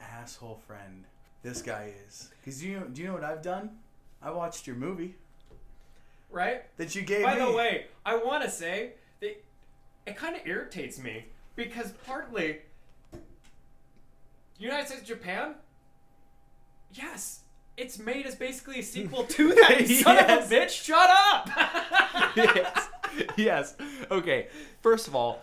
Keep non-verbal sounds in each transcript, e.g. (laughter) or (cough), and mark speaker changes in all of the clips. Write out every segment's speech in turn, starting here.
Speaker 1: asshole friend this guy is. Cause you know, do you know what I've done? I watched your movie
Speaker 2: right?
Speaker 1: that you gave
Speaker 2: By
Speaker 1: me. (laughs)
Speaker 2: the way, I want to say that it kind of irritates me because partly United States Japan, yes, it's made as basically a sequel to
Speaker 3: (laughs)
Speaker 2: that. you Son
Speaker 3: Yes.
Speaker 2: of a bitch, shut up! (laughs)
Speaker 3: yes. yes. Okay. First of all,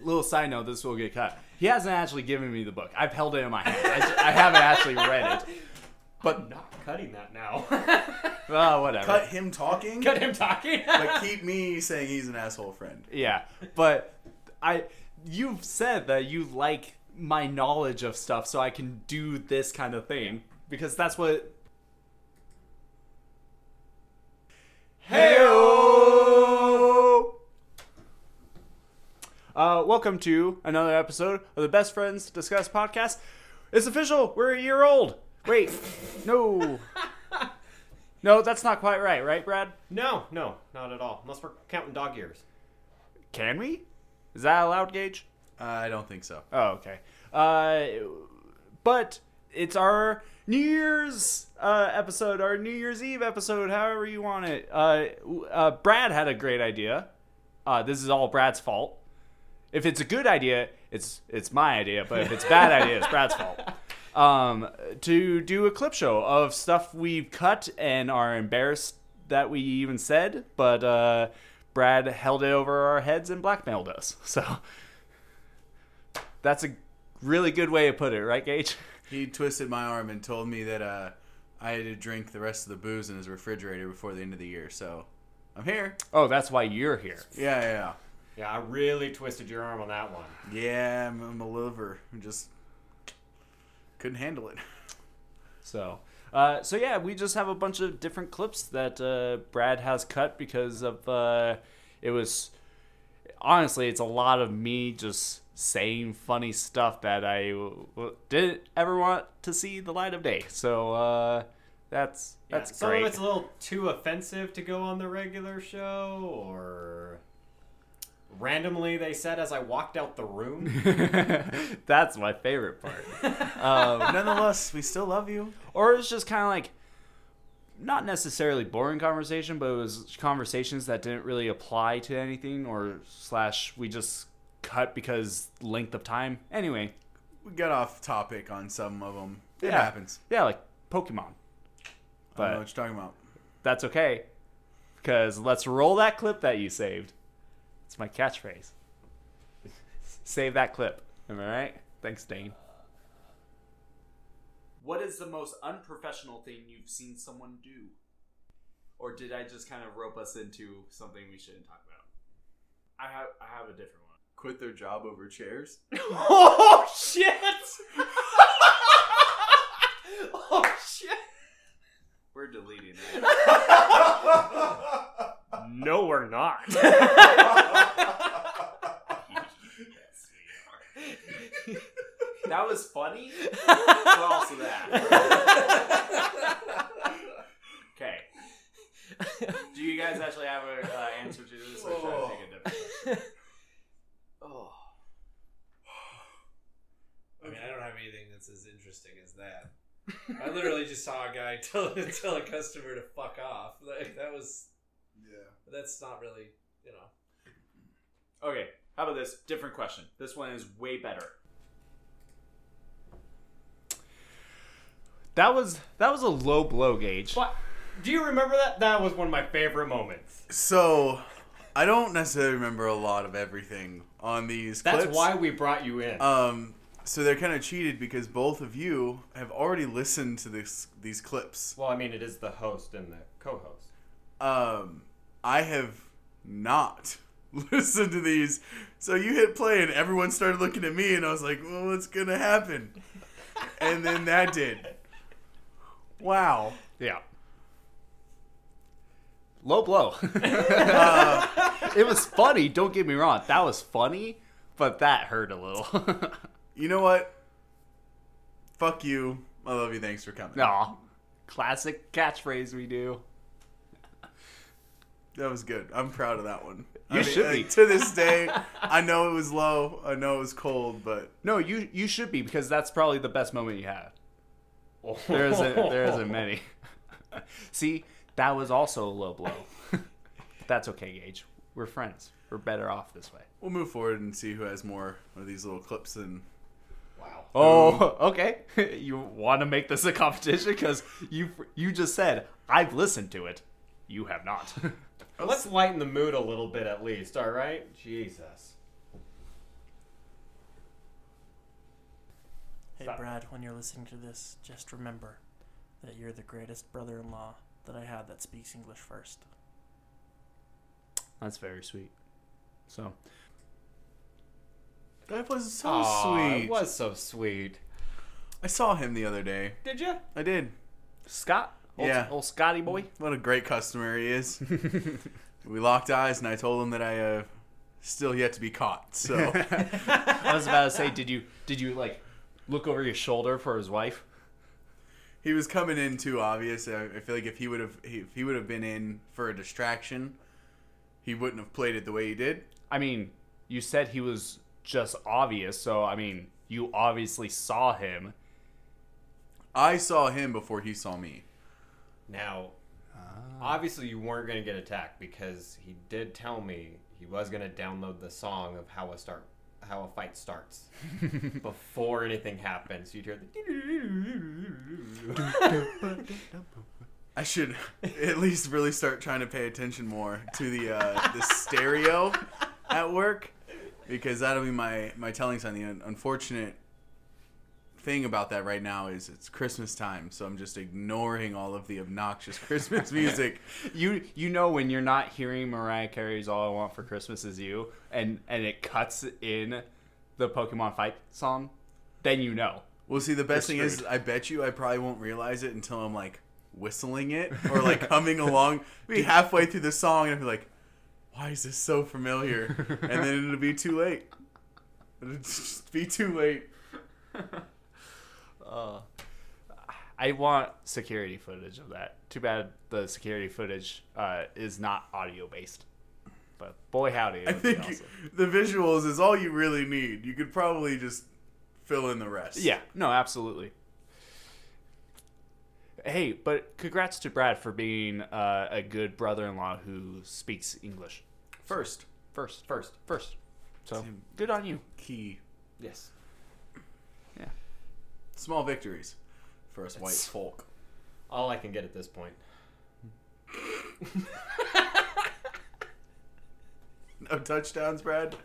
Speaker 3: little side note. This will get cut. He hasn't actually given me the book. I've held it in my hand. I, ju- I haven't actually read
Speaker 2: (laughs)
Speaker 3: it.
Speaker 2: But not cutting that now. (laughs)
Speaker 3: Well, whatever.
Speaker 1: cut him talking,
Speaker 2: Cut him talking.
Speaker 1: but keep me saying he's an asshole friend.
Speaker 3: Yeah, but I you've said that you like my knowledge of stuff so I can do this kind of thing because that's what Heyo. Uh, welcome to another episode of the Best Friends Discuss podcast. It's official. We're a year old. Wait, no, no, that's not quite right, right, Brad?
Speaker 2: no, no, not at all. Unless we're counting dog years.
Speaker 3: Can we? Is that allowed, Gage?
Speaker 1: I don't think so.
Speaker 3: Oh, okay. Uh, but it's our New Year's uh, episode, our New Year's Eve episode, however you want it. Uh, w- uh, Brad had a great idea. Uh, this is all Brad's fault. If it's a good idea, it's it's my idea. But if it's a bad idea, it's Brad's fault. Um, to do a clip show of stuff we've cut and are embarrassed that we even said, but uh, Brad held it over our heads and blackmailed us. (laughs) So that's a really good way to put it, right, Gage? (laughs)
Speaker 1: He twisted my arm and told me that uh, I had to drink the rest of the booze in his refrigerator before the end of the year. So I'm here.
Speaker 3: Oh, that's why you're here.
Speaker 1: Yeah, yeah,
Speaker 2: Yeah, I really twisted your arm on that one.
Speaker 1: yeah. Yeah, I'm, I'm a liver. I'm just couldn't handle it. (laughs)
Speaker 3: So, uh, so yeah, we just have a bunch of different clips that uh, Brad has cut because of uh, it was honestly, it's a lot of me just saying funny stuff that I w- w- didn't ever want to see the light of day. So uh, that's
Speaker 2: Yeah,
Speaker 3: that's
Speaker 2: some
Speaker 3: great.
Speaker 2: of it's a little too offensive to go on the regular show, or randomly they said as I walked out the room.
Speaker 3: (laughs) that's my favorite part.
Speaker 1: Nonetheless, we still love you.
Speaker 3: or it was just kind of like not necessarily boring conversation but it was conversations that didn't really apply to anything or slash we just cut because length of time anyway
Speaker 1: We got off topic on some of them. It
Speaker 3: Yeah.
Speaker 1: happens.
Speaker 3: yeah like pokemon
Speaker 1: I don't know
Speaker 3: but
Speaker 1: what you're talking about.
Speaker 3: that's okay because let's roll that clip that you saved it's my catchphrase (laughs) save that clip am i right thanks dane what is the most unprofessional thing you've seen someone do? Or did I just kind of rope us into something we shouldn't talk about? I have I have a different one.
Speaker 1: Quit their job over chairs.
Speaker 2: oh shit! oh shit!
Speaker 3: We're (laughs) deleting
Speaker 2: No, we're not.
Speaker 3: that. That was funny, but also okay. Do you guys actually have an uh, answer to this, or should I take a different?
Speaker 4: Oh. I mean, I don't have anything that's as interesting as that. I literally just saw a guy (laughs) tell tell a customer to fuck off. Like that was
Speaker 1: Yeah.
Speaker 4: that's not really you know.
Speaker 3: Okay, how about this? Different question. This one is way better. That was that was a low blow gauge.
Speaker 2: But do you remember that? That was one of my favorite moments.
Speaker 1: So I don't necessarily remember a lot of everything on these.
Speaker 2: That's
Speaker 1: clips.
Speaker 2: why we brought you in.
Speaker 1: Um, so they're kind of cheated because both of you have already listened to this these clips.
Speaker 2: well, I mean, it is the host and the co-host.
Speaker 1: Um, I have not (laughs) listened to these. So you hit play and everyone started looking at me and I was like, "Well, what's gonna happen?" And then that did. Wow.
Speaker 3: Yeah. Low blow. (laughs) Uh, it was funny. Don't get me wrong. That was funny, but that hurt a little. (laughs)
Speaker 1: You know what? Fuck you. I love you. Thanks for coming.
Speaker 3: Aw, classic catchphrase we do.
Speaker 1: That was good. I'm proud of that one.
Speaker 3: You should
Speaker 1: uh,
Speaker 3: be.
Speaker 1: to this
Speaker 3: (laughs)
Speaker 1: day, I know it was low. I know it was cold, but
Speaker 3: No, you you should be because that's probably the best moment you had. There isn't
Speaker 2: (laughs)
Speaker 3: there isn't many. (laughs) See, that was also a low blow. (laughs) that's okay, Gage. We're friends. We're better off this way.
Speaker 1: we'll move forward and see who has more of these little clips. And
Speaker 5: Wow.
Speaker 3: Oh, (laughs) okay. You want to make this a competition because you you just said I've listened to it. You have not. (laughs)
Speaker 2: Let's lighten the mood a little bit at least, all right? Jesus.
Speaker 4: Hey, Brad, when you're listening to this, just remember that you're the greatest brother in law that I have that speaks English first.
Speaker 3: That's very sweet. So
Speaker 1: that was so
Speaker 2: Aw,
Speaker 1: sweet.
Speaker 2: It was so sweet.
Speaker 1: I saw him the other day.
Speaker 2: Did you?
Speaker 1: I did.
Speaker 3: Scott, old,
Speaker 1: Yeah.
Speaker 3: old Scotty boy.
Speaker 1: What a great customer he
Speaker 3: (laughs)
Speaker 1: is. we locked eyes, and I told him that I uh, still yet to be caught. So
Speaker 3: (laughs) I was about to say, did you did you like look over your shoulder for his wife?
Speaker 1: he was coming in too obvious. I I feel like if he would have if he would have been in for a distraction, he wouldn't have played it the way he did.
Speaker 3: I mean, you said he was just obvious, so I mean, you obviously saw him.
Speaker 1: I saw him before he saw me.
Speaker 2: Now, obviously, you weren't going to get attacked because he did tell me he was going to download the song of how a start, how a fight starts before anything happens. You'd hear the.
Speaker 1: I should (laughs) at least really start trying to pay attention more to the uh, the stereo at work because that'll be my my telling sign. The un- unfortunate thing about that right now is it's Christmas time, so I'm just ignoring all of the obnoxious Christmas music.
Speaker 3: You you know when you're not hearing Mariah Carey's "All I Want for Christmas Is You" and and it cuts in the Pokemon fight song, then you know.
Speaker 1: Well, see, the best
Speaker 3: You're
Speaker 1: thing is, I bet you I probably won't realize it until I'm like whistling it or like humming
Speaker 3: (laughs)
Speaker 1: along, be halfway through the song, and I'll be like, "Why is this so familiar?" And then it'll be too late. It'll (laughs) just be too late.
Speaker 3: Uh, I want security footage of that. Too bad the security footage uh, is not audio based. But boy howdy, it
Speaker 1: I
Speaker 3: would be
Speaker 1: think you-
Speaker 3: awesome.
Speaker 1: the visuals is all you really need. You could probably just fill in the rest.
Speaker 3: Yeah, no, absolutely. Hey, but congrats to Brad for being uh, a good brother-in-law who speaks English
Speaker 1: First
Speaker 3: first.
Speaker 2: First.
Speaker 3: First, so
Speaker 1: Same.
Speaker 3: good on you.
Speaker 1: key,
Speaker 2: Yes.
Speaker 1: small victories for us white
Speaker 2: It's-
Speaker 1: folk.
Speaker 2: All I can get at this point.
Speaker 1: (laughs) No touchdowns, Brad.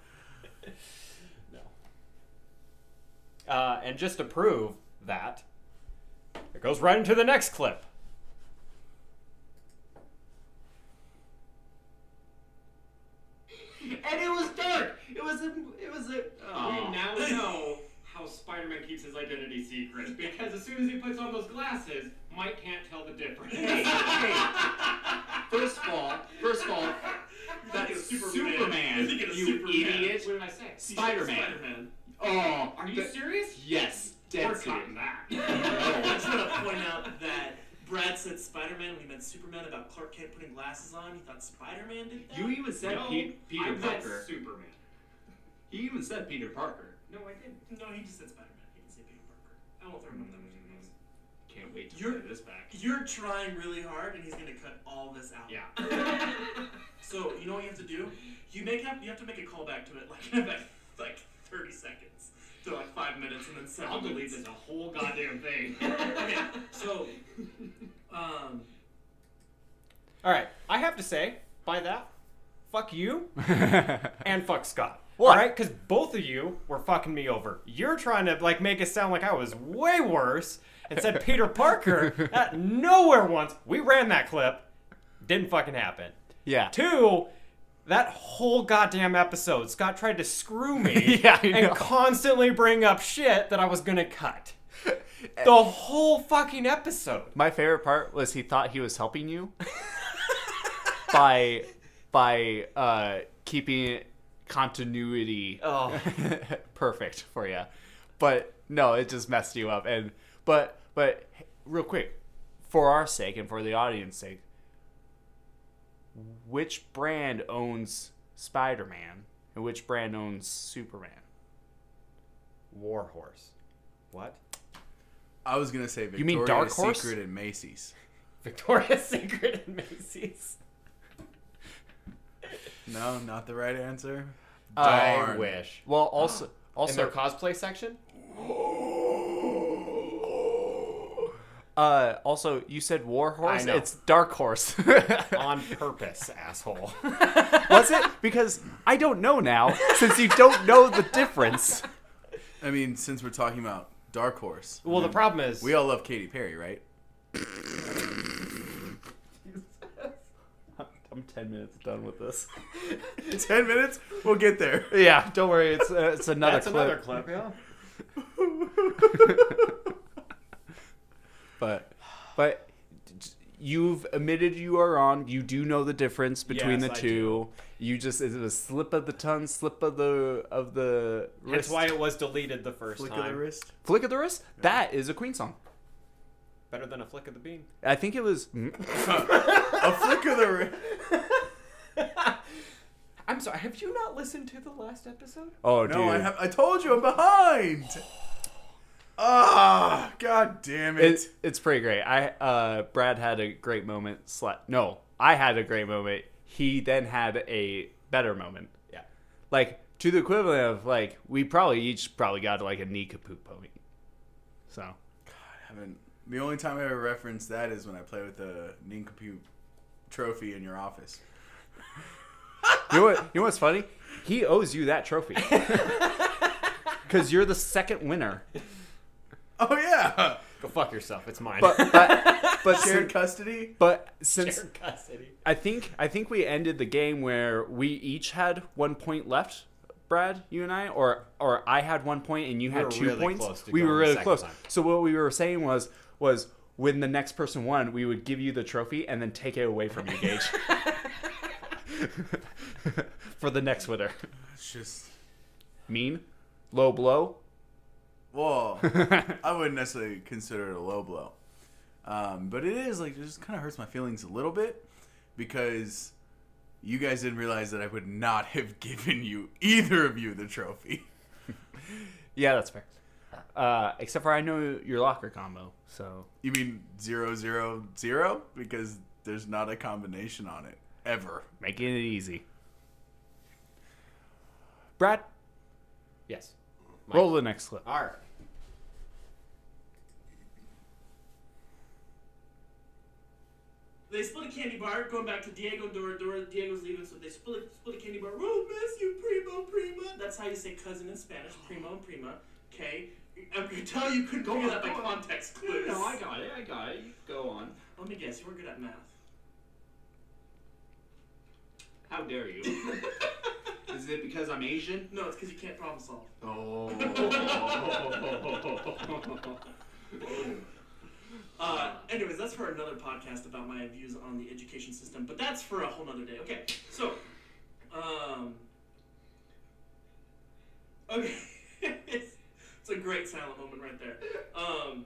Speaker 2: Uh, and just to prove that, it goes right into the next clip.
Speaker 6: and it was dark. It was a, it was a. Oh.
Speaker 7: We now
Speaker 6: (laughs)
Speaker 7: know how Spider-Man keeps his identity secret because as soon as he puts on those glasses, Mike can't tell the difference. (laughs)
Speaker 6: First of all, first of all, that's Superman. you idiot.
Speaker 7: What did I say?
Speaker 6: Spider-Man.
Speaker 7: Spider-Man.
Speaker 6: Oh,
Speaker 7: Are you
Speaker 6: that-
Speaker 7: serious?
Speaker 6: Yes,
Speaker 7: We're
Speaker 6: dead
Speaker 7: cutting
Speaker 6: serious.
Speaker 7: that.
Speaker 4: I just
Speaker 6: (laughs)
Speaker 4: want to point out that Brad said Spider Man when he meant Superman about Clark Kent putting glasses on. He thought Spider Man did that?
Speaker 7: You even (laughs) said
Speaker 6: No,
Speaker 7: Pe-
Speaker 6: I
Speaker 7: Peter
Speaker 6: meant
Speaker 7: Parker. Superman.
Speaker 6: He even said Peter Parker.
Speaker 7: No, I didn't.
Speaker 4: No, he just said Spider Man. He didn't say Peter Parker. I won't throw him up that much. of a
Speaker 6: Can't wait to
Speaker 4: You're-
Speaker 6: play this back.
Speaker 4: nose. You're trying really hard, and he's going to cut all this out.
Speaker 7: Yeah.
Speaker 4: So you know what you have to do? You make up. You have to make a callback to it, like (laughs) in about like thirty seconds to like five minutes, and then 7
Speaker 7: I'll delete
Speaker 4: minutes.
Speaker 7: this a whole goddamn
Speaker 4: (laughs)
Speaker 7: thing.
Speaker 4: Okay. So, um,
Speaker 2: All right, I have to say, by that, fuck you
Speaker 3: (laughs)
Speaker 2: and fuck Scott.
Speaker 3: What?
Speaker 2: All right, because both of you were fucking me over. You're trying to like make it sound like I was way worse and
Speaker 3: (laughs)
Speaker 2: said Peter Parker at nowhere once. We ran that clip, didn't fucking happen.
Speaker 3: yeah.
Speaker 2: Two, that whole goddamn episode, Scott tried to screw me
Speaker 3: (laughs) Yeah, I know.
Speaker 2: and constantly bring up shit that I was gonna
Speaker 3: (laughs)
Speaker 2: cut. The whole fucking episode.
Speaker 3: My favorite part was he thought he was helping you (laughs) by by uh, keeping continuity
Speaker 2: Oh.
Speaker 3: (laughs) perfect for you. But no, it just messed you up. And but but real quick, for our sake and for the audience's sake, which brand owns Spider Man, and which brand owns Superman?
Speaker 2: Warhorse. What?
Speaker 1: I was gonna say Victoria's
Speaker 3: mean Dark Horse?
Speaker 1: Secret and Macy's.
Speaker 2: Victoria's (laughs) Secret and Macy's.
Speaker 1: No, not the right answer.
Speaker 2: I
Speaker 1: Darn.
Speaker 2: wish.
Speaker 3: Well, also
Speaker 2: (gasps) In their
Speaker 3: also
Speaker 2: cosplay (laughs) section?
Speaker 3: uh, also you said War Horse.
Speaker 2: I know.
Speaker 3: It's Dark Horse. (laughs)
Speaker 2: On purpose, asshole.
Speaker 3: Was it? Because I don't know now, since you don't know the difference.
Speaker 1: I mean, since we're talking about Dark Horse,
Speaker 2: (laughs) Well, the problem is. (laughs)
Speaker 1: we all love Katy Perry, right?
Speaker 3: I'm ten minutes done with (laughs) this.
Speaker 1: Ten minutes, we'll get there.
Speaker 3: Yeah, don't worry. It's uh, it's another
Speaker 2: that's
Speaker 3: clip.
Speaker 2: another clip, yeah.
Speaker 3: (laughs) but but you've admitted you are on. You do know the difference between
Speaker 2: Yes,
Speaker 3: the
Speaker 2: I
Speaker 3: two. You just it was slip of the tongue, slip of the of the
Speaker 2: That's
Speaker 3: wrist,
Speaker 2: why it was deleted the first
Speaker 1: Flick of
Speaker 2: time.
Speaker 1: the wrist.
Speaker 3: flick of the wrist. That is a Queen song.
Speaker 2: Better than a flick of the bean.
Speaker 3: I think it was. mm.
Speaker 1: A flick of the (laughs) wrist.
Speaker 2: (laughs) I'm sorry, have you not listened to the last episode?
Speaker 3: Oh, dude.
Speaker 1: No, I have. I told you, I'm behind. Ah, god damn it.
Speaker 3: It, it's pretty great. I uh, Brad had a great moment. Sla- no, I had a great moment. He then had a better moment.
Speaker 2: Yeah.
Speaker 3: Like to the equivalent of like we probably each probably got like a knee kaput point. So
Speaker 1: I haven't. The only time I ever reference that is when I play with the Nincompoop trophy in your office.
Speaker 3: you know what? You know what's funny? He owes you that trophy because you're the second winner.
Speaker 1: Oh yeah,
Speaker 2: Go fuck yourself, it's mine. (laughs)
Speaker 3: But but but
Speaker 1: shared
Speaker 3: since,
Speaker 1: custody.
Speaker 3: but since
Speaker 2: Shared custody.
Speaker 3: I think I think we ended the game where we each had one point left, Brad, you and I, or or I had one point and you had
Speaker 2: were
Speaker 3: two
Speaker 2: really
Speaker 3: points.
Speaker 2: close to
Speaker 3: we were
Speaker 2: going the
Speaker 3: really
Speaker 2: second
Speaker 3: close.
Speaker 2: time.
Speaker 3: So what we were saying was was when the next person won, we would give you the trophy and then take it away from you, Gage. (laughs) For the next winner.
Speaker 1: It's just
Speaker 3: Mean? Low blow? (laughs)
Speaker 1: whoa. I wouldn't necessarily consider it a low blow, um, but it is like it just kind of hurts my feelings a little bit because you guys didn't realize that I would not (laughs) have given you either of you the trophy.
Speaker 3: yeah, that's fair. Uh, except for I know your locker combo, so
Speaker 1: You mean zero zero zero because there's not a combination on it ever.
Speaker 3: making it easy. Brad,
Speaker 2: Yes. Mike.
Speaker 3: roll the next clip.
Speaker 2: Alright.
Speaker 4: They split a candy bar, going back to Diego Dora Dora. Diego's leaving, so they split split a candy bar. Oh, miss you, primo, prima. That's how you say cousin in Spanish, primo and prima. Okay, I could tell you couldn't figure that by context clues.
Speaker 8: No, I got it. I got it. You go on.
Speaker 4: Let me guess, you were good at math.
Speaker 8: How dare you? (laughs) Is it because I'm Asian?
Speaker 4: No, it's because you can't problem solve.
Speaker 8: (laughs) Oh.
Speaker 4: Uh, anyways, that's for another podcast about my views on the education system, but that's for a whole nother day. Okay, so, um, okay, (laughs) it's, it's a great silent moment right there. Um,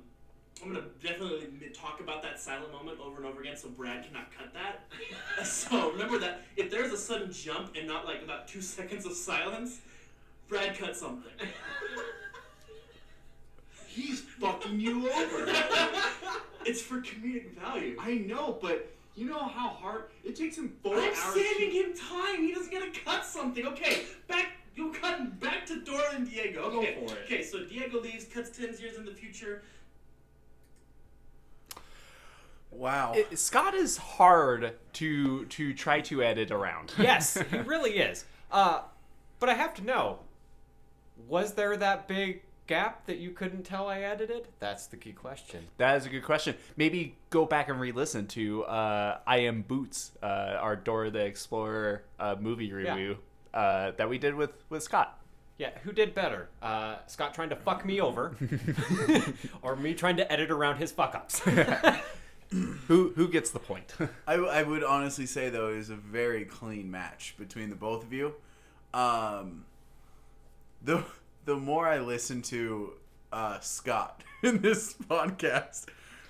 Speaker 4: I'm gonna definitely mi- talk about that silent moment over and over again, so Brad cannot cut that. (laughs) so remember that if there's a sudden jump and not like about two seconds of silence, Brad cut something. (laughs)
Speaker 8: He's fucking you over. (laughs)
Speaker 4: it's for comedic value.
Speaker 8: I know, but you know how hard it takes him four
Speaker 4: I'm
Speaker 8: hours.
Speaker 4: saving him time. He doesn't gotta cut something. Okay, back. You're cutting back to Dora and Diego. Okay.
Speaker 8: for it.
Speaker 4: Okay, so Diego leaves, cuts ten years in the future.
Speaker 1: Wow.
Speaker 3: it- Scott is hard to to try to
Speaker 8: (laughs)
Speaker 3: edit around.
Speaker 2: Yes, he really is. Uh, but I have to know was there that big gap that you couldn't tell I edited? That's the key question.
Speaker 3: that is a good question. Maybe go back and re-listen to uh, "I Am Boots," uh, our Dora the Explorer uh, movie review uh, that we did with with Scott. (laughs)
Speaker 2: Yeah, who did better? Uh, Scott trying to fuck me over, (laughs) or me trying to edit around his fuck ups?
Speaker 3: Who who gets the point?
Speaker 1: I, I would honestly say though it was a very clean match between the both of you. Um, the the more I listen to uh, (laughs) Scott in this podcast,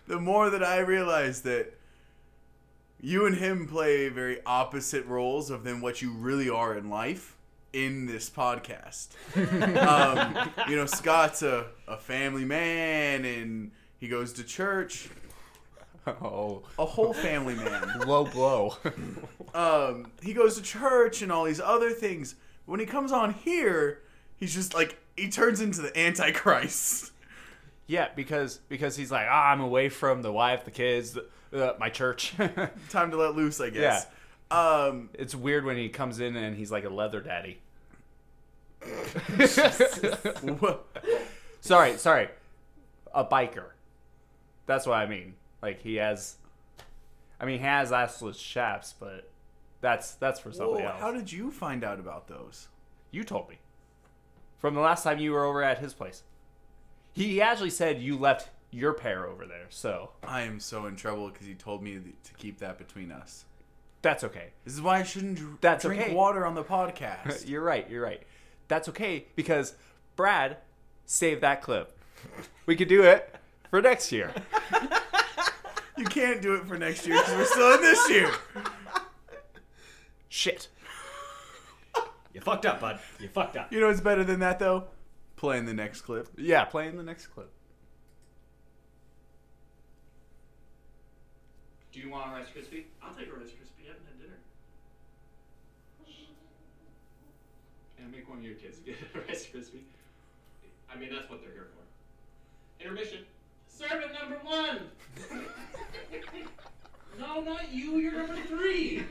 Speaker 1: the more that I realize that you and him play very opposite roles of than what you really are in life in this podcast. um, you know, Scott's a, a family man and he goes to church,
Speaker 9: Oh,
Speaker 1: a whole family man.
Speaker 9: low blow.
Speaker 1: Um, he goes to church and all these other things. When he comes on here, he's just like, he turns into the Antichrist.
Speaker 3: (laughs)
Speaker 1: (laughs)
Speaker 3: Yeah, because because he's like, ah, I'm away from the wife, the kids, the, uh, my church. (laughs)
Speaker 1: Time to let loose, I guess. Um,
Speaker 3: it's weird when he comes in and he's like a leather daddy. (laughs)
Speaker 1: wha-
Speaker 3: sorry, sorry, a biker. That's what I mean. Like he has, I mean, he has assless chaps, but that's that's for somebody
Speaker 1: Whoa,
Speaker 3: else.
Speaker 1: how did you find out about those?
Speaker 3: You told me. From the last time you were over at his place. He actually said you left your pair over there, so
Speaker 1: I am so in trouble because he told me th- to keep that between us. (laughs)
Speaker 3: that's okay.
Speaker 1: This is why I shouldn't dr-
Speaker 3: That's
Speaker 1: drink
Speaker 3: okay.
Speaker 1: water on the
Speaker 3: (laughs)
Speaker 1: podcast.
Speaker 3: You're right, you're right. That's okay because Brad saved that clip. We could do it for
Speaker 1: (laughs)
Speaker 3: next year.
Speaker 1: you can't do it for next year because we're still in this year.
Speaker 3: Shit.
Speaker 2: You fucked up, bud. You fucked up.
Speaker 1: You know what's better than that though? Playing the next clip.
Speaker 3: Yeah, playing the next clip.
Speaker 10: Do you want a Rice Krispie?
Speaker 4: I'll take a Rice Krispie. I haven't had dinner.
Speaker 10: And make one of your kids get a Rice Krispie. I mean, that's what they're here for. Intermission.
Speaker 4: Servant number (laughs) one. no, not you. You're number three.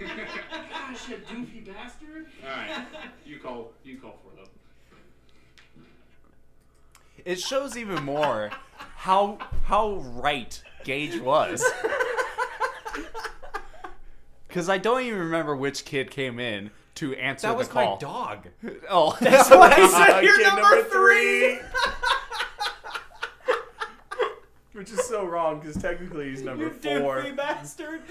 Speaker 4: Gosh, you doofy bastard.
Speaker 10: All right. You call. You call for them.
Speaker 3: It shows even more how how right Gage was. Cause I don't even remember which kid came in to answer
Speaker 2: That
Speaker 3: the
Speaker 2: was
Speaker 3: call.
Speaker 2: my (laughs) dog.
Speaker 3: Oh, that's what (laughs) I said. You're
Speaker 1: Kid
Speaker 3: number, three.
Speaker 1: Which is so wrong because technically
Speaker 3: (laughs)
Speaker 1: he's number four.
Speaker 3: bastard.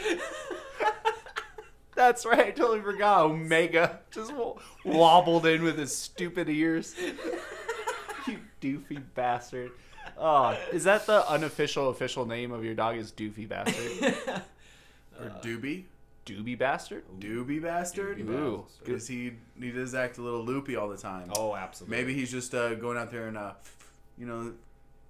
Speaker 3: That's right. I totally forgot. Omega just wo- wobbled in with his stupid ears. (laughs) you doofy bastard. Oh, is that the unofficial official name of your dog? Is doofy bastard?
Speaker 1: Or Doobie?
Speaker 3: Doobie bastard?
Speaker 1: Doobie bastard?
Speaker 3: Ooh,
Speaker 1: Because he, he does act a little loopy all the time.
Speaker 2: Oh, absolutely. (laughs)
Speaker 1: Maybe he's just uh, going out there and, uh, you know,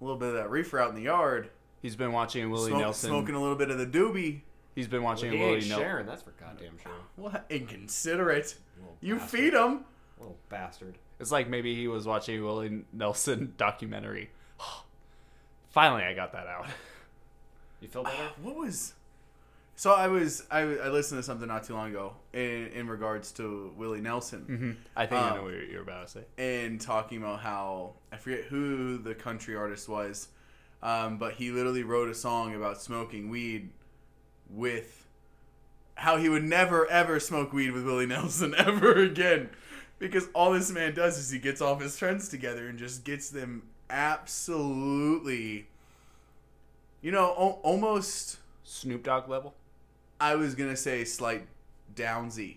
Speaker 1: a little bit of that reefer out in the yard.
Speaker 3: He's been watching Willie
Speaker 1: smoke-
Speaker 3: Nelson.
Speaker 1: Smoking a little bit of the doobie.
Speaker 3: He's been watching
Speaker 2: he ain't
Speaker 3: Willie Nelson.
Speaker 2: sharing. That's for goddamn sure.
Speaker 1: What inconsiderate!
Speaker 2: Little
Speaker 1: You
Speaker 2: bastard.
Speaker 1: feed him.
Speaker 2: Little bastard.
Speaker 3: It's like maybe he was watching Willie Nelson (laughs) documentary. Finally, I got that out. (laughs)
Speaker 2: You
Speaker 1: (sighs)
Speaker 2: feel better?
Speaker 1: What was? So I was I, I listened to something not too long ago in, in regards to Willie Nelson
Speaker 3: I think I
Speaker 1: Um,
Speaker 3: know what you're you're about to say.
Speaker 1: and talking about how I forget who the country artist was, um, but he literally wrote a song about smoking weed with how he would never ever smoke weed with Willie Nelson (laughs) ever again because all this man does is he gets all of his friends together and just gets them absolutely you know al- almost
Speaker 3: Snoop Dogg level.
Speaker 1: I was gonna say slight downsy,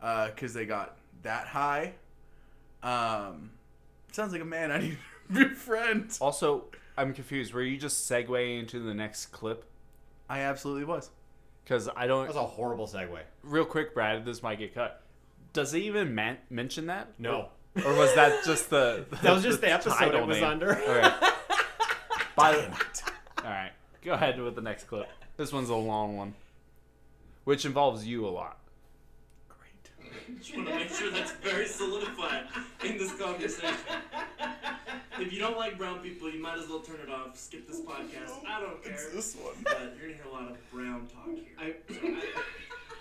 Speaker 1: because they got that high. Um, sounds like a man I need to (laughs) befriend.
Speaker 3: Also, I'm confused. Were you just segueing into the next clip?
Speaker 1: I absolutely was.
Speaker 3: Because I
Speaker 2: That was
Speaker 3: don't.
Speaker 2: a horrible segue.
Speaker 3: Real quick, Brad, this might get cut. Does he even man- mention that?
Speaker 2: No.
Speaker 3: Or was that just the?
Speaker 2: (laughs) That was just the episode
Speaker 3: title
Speaker 2: it was
Speaker 3: name?
Speaker 2: under. (laughs)
Speaker 3: Alright. By the All right. Go ahead with the next clip. This one's a long one, which involves you a lot.
Speaker 1: Great.
Speaker 4: Just want to make sure that's very solidified in this
Speaker 10: (laughs)
Speaker 4: conversation. If you don't like brown people, you might as well turn it off. Skip (laughs) this podcast. I don't care.
Speaker 1: It's this one.
Speaker 4: But you're gonna hear a lot of brown talk here.
Speaker 10: I,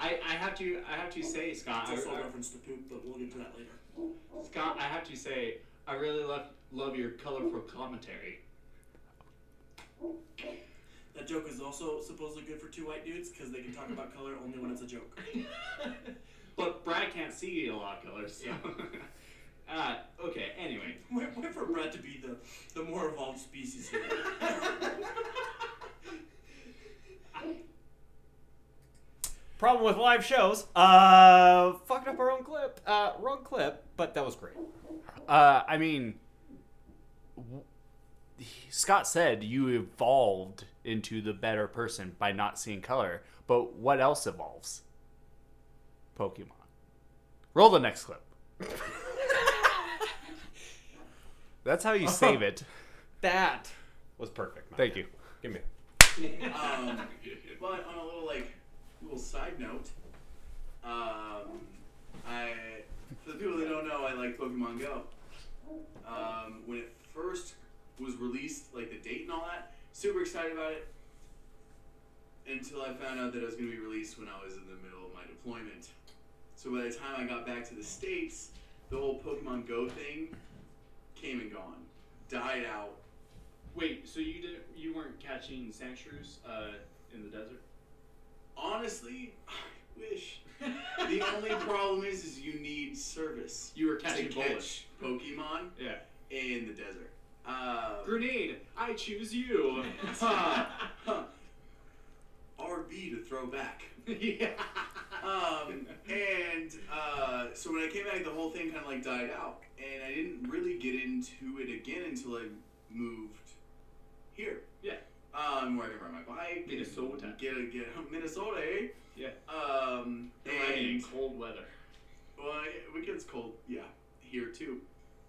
Speaker 10: I, I have to. I have to say, Scott. I,
Speaker 4: It's also a
Speaker 10: I-
Speaker 4: reference to poop, but we'll get to that later.
Speaker 10: Scott, I have to say, I really love love your colorful commentary.
Speaker 4: That joke is also supposedly good for two white dudes because they can talk about color only when it's a (laughs) joke.
Speaker 10: But Brad can't see a lot of colors, so. (laughs) uh, okay. Anyway.
Speaker 4: Wait, wait for Brad to be the, the more evolved species here. (laughs)
Speaker 2: Problem with live shows. Uh, fucked up our own clip. Uh,
Speaker 11: Uh,
Speaker 2: wrong clip, but that was great.
Speaker 3: Uh, I mean, w-
Speaker 11: Scott said you evolved into the better person by not seeing color, but what else evolves? Pokemon. Roll the next clip. That's how you save it.
Speaker 2: That was perfect. Mike.
Speaker 11: Thank you.
Speaker 2: Give me.
Speaker 1: Um, but on a little like little side note, um, I for the people that don't know, I like Pokemon Go. Um, when it first was released, like the date and all that, super excited about it. Until I found out that it was going to be released when I was in the middle of my deployment. So by the time I got back to the states, the whole Pokemon Go thing came and gone, died out.
Speaker 3: Wait, so you did you weren't catching sanctuaries uh, in the desert?
Speaker 1: Honestly, (sighs) I wish. The only problem is, is you need service
Speaker 3: you were
Speaker 1: to
Speaker 3: catching bullets.
Speaker 1: catch Pokemon
Speaker 3: Yeah.
Speaker 1: in the desert. (laughs) Um,
Speaker 3: Grenade. I choose you. (laughs) Ha.
Speaker 1: huh. RB to throw back.
Speaker 3: yeah.
Speaker 1: Um, and uh, so when I came back, the whole thing kind of like died out, and I didn't really get into it again until I moved here.
Speaker 3: Yeah.
Speaker 1: Um, where I can ride my bike. and
Speaker 3: Minnesota.
Speaker 1: Get a (laughs) get Minnesota. eh?
Speaker 3: Yeah.
Speaker 1: Um,
Speaker 3: Riding in
Speaker 1: and
Speaker 3: cold weather.
Speaker 1: Well, it- it gets cold, yeah, here too.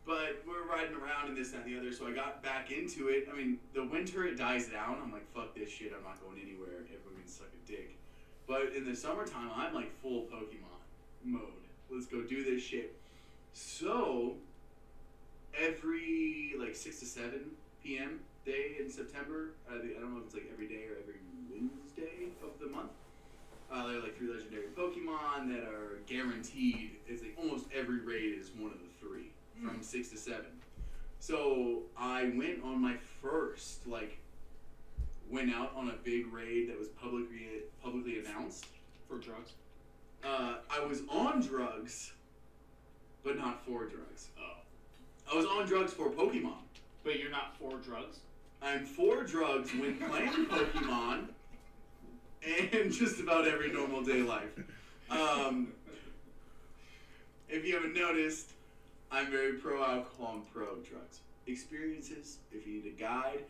Speaker 1: But we're riding around and this that, and the other, so I got back into it. I mean, the winter it dies down. I'm like, fuck this shit. I'm not going anywhere. Everyone can suck a dick. But in the summertime, I'm like full Pokemon mode. Let's go do this shit. So every like six to seven p.m. day in September, I think- I don't know if it's like every day or every Wednesday of the month. Uh, they're like three legendary Pokemon that are guaranteed. It's like almost every raid is one of the three from six to seven. So I went on my first like went out on a big raid that was publicly publicly announced.
Speaker 3: For drugs.
Speaker 1: Uh, I was on drugs, but not for drugs. Oh, I was on drugs for Pokemon.
Speaker 3: But you're not for drugs?
Speaker 1: I'm for drugs when playing Pokemon and just about every normal day life. Um, if you haven't noticed, I'm very pro alcohol and pro drugs. Experiences, if you need a guide.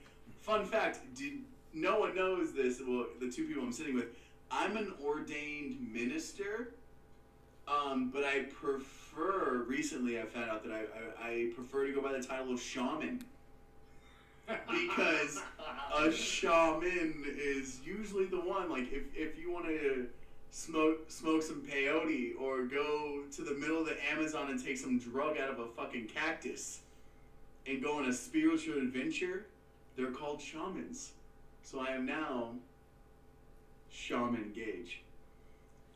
Speaker 1: Fun fact did, no one knows this, well, the two people I'm sitting with. I'm an ordained minister, um, but I prefer, recently I found out that I, I, I prefer to go by the title of shaman because a shaman is usually the one. Like if, if you want to smoke smoke some peyote or go to the middle of the Amazon and take some drug out of a fucking cactus and go on a spiritual adventure, they're called shamans. So I am now shaman Gage.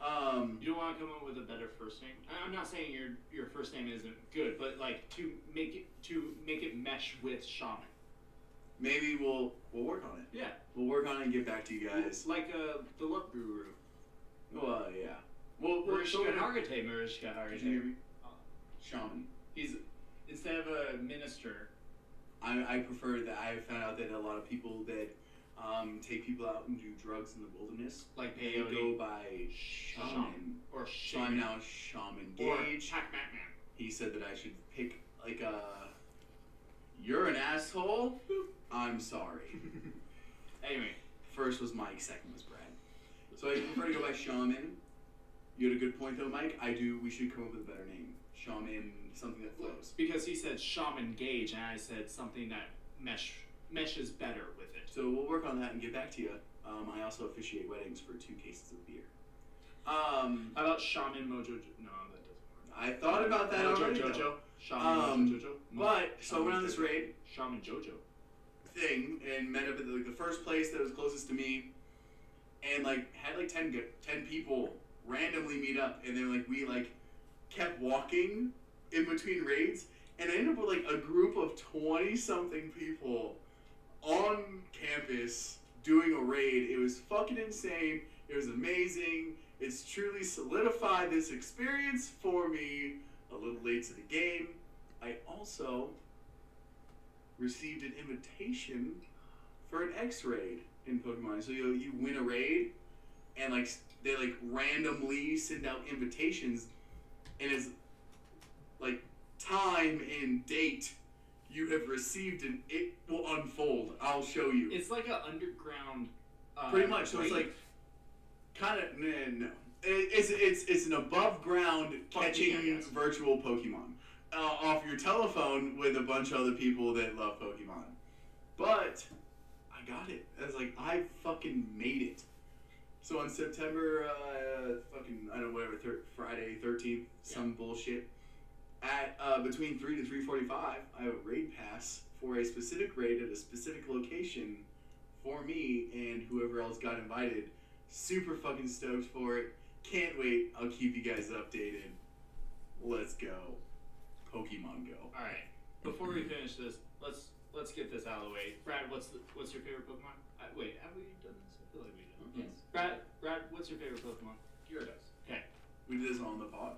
Speaker 1: Um,
Speaker 3: You don't want to come up with a better first name. I- I'm not saying your your first name isn't good, but like to make it to make it mesh with shaman.
Speaker 1: maybe we'll we'll work on it.
Speaker 3: Yeah,
Speaker 1: We'll work on it and get back to you
Speaker 3: it's
Speaker 1: guys.
Speaker 3: like uh, the love guru.
Speaker 1: Well, yeah. Well, we'll
Speaker 3: Marishka
Speaker 1: so-
Speaker 3: Hargitay,
Speaker 1: Can you
Speaker 3: Marishka
Speaker 1: hear
Speaker 3: Hargitay. Uh,
Speaker 1: me? Shaman.
Speaker 3: He's instead of a minister.
Speaker 1: I, I prefer that. I found out that a lot of people that um, take people out and do drugs in the wilderness,
Speaker 3: Like
Speaker 1: they
Speaker 3: peyote.
Speaker 1: go by shaman.
Speaker 3: Or
Speaker 1: So I'm
Speaker 3: shaman.
Speaker 1: now shaman
Speaker 3: Or
Speaker 1: Gage.
Speaker 3: Hack Batman.
Speaker 1: He said that I should pick like a. You're an asshole. I'm sorry.
Speaker 3: (laughs) Anyway,
Speaker 1: First was Mike. Second was Brad. So I prefer to go by shaman. You had a good point though, Mike. I do. We should come up with a better name. Shaman, something that flows.
Speaker 3: because he said shaman gauge, and I said something that mesh meshes better with it.
Speaker 1: So we'll work on that and get back to you. Um, I also officiate weddings for two cases of beer. Um,
Speaker 3: How about shaman mojo? No, that doesn't work.
Speaker 1: I thought about that
Speaker 3: Mojo
Speaker 1: already,
Speaker 3: Jojo.
Speaker 1: though.
Speaker 3: Shaman
Speaker 1: Um,
Speaker 3: Mojo Jojo. Mo-
Speaker 1: But so I went on this raid
Speaker 3: Shaman Jojo.
Speaker 1: thing and met up at like the first place that was closest to me, and like had like 10, go- 10 people randomly meet up, and then like we like kept walking in between raids, and I ended up with like a group of twenty something people on campus doing a raid. It was fucking insane. It was amazing. It's truly solidified this experience for me. A little late to the game. I also received an invitation for an X raid in Pokemon. So you you win a raid, and like s- they like randomly send out invitations, and it's like time and date you have received and it will unfold. I'll show you.
Speaker 4: It's like an underground. Uh,
Speaker 1: Pretty much. So it's
Speaker 4: wave.
Speaker 1: like kind of no, no. It- It's it's it's an above ground
Speaker 4: Fuck
Speaker 1: catching
Speaker 4: me, I guess.
Speaker 1: virtual Pokemon uh, off your telephone with a bunch of other people that love Pokemon. But I got it. I was like, I fucking made it. So on September uh, fucking I don't know whatever thir- Friday thirteenth some bullshit at uh, between three to three forty five I have a raid pass for a specific raid at a specific location for me and whoever else got invited. Super fucking stoked for it. Can't wait. I'll keep you guys updated. Let's go. Pokemon Go.
Speaker 4: All right. Before we finish this, let's let's get this out of the way. Brad, what's the, what's your favorite Pokemon? I, wait, have we done this? I feel like we did. Yes. Brad, Brad, what's your favorite Pokemon?
Speaker 12: Gyarados.
Speaker 4: Okay.
Speaker 1: We did this on the pod.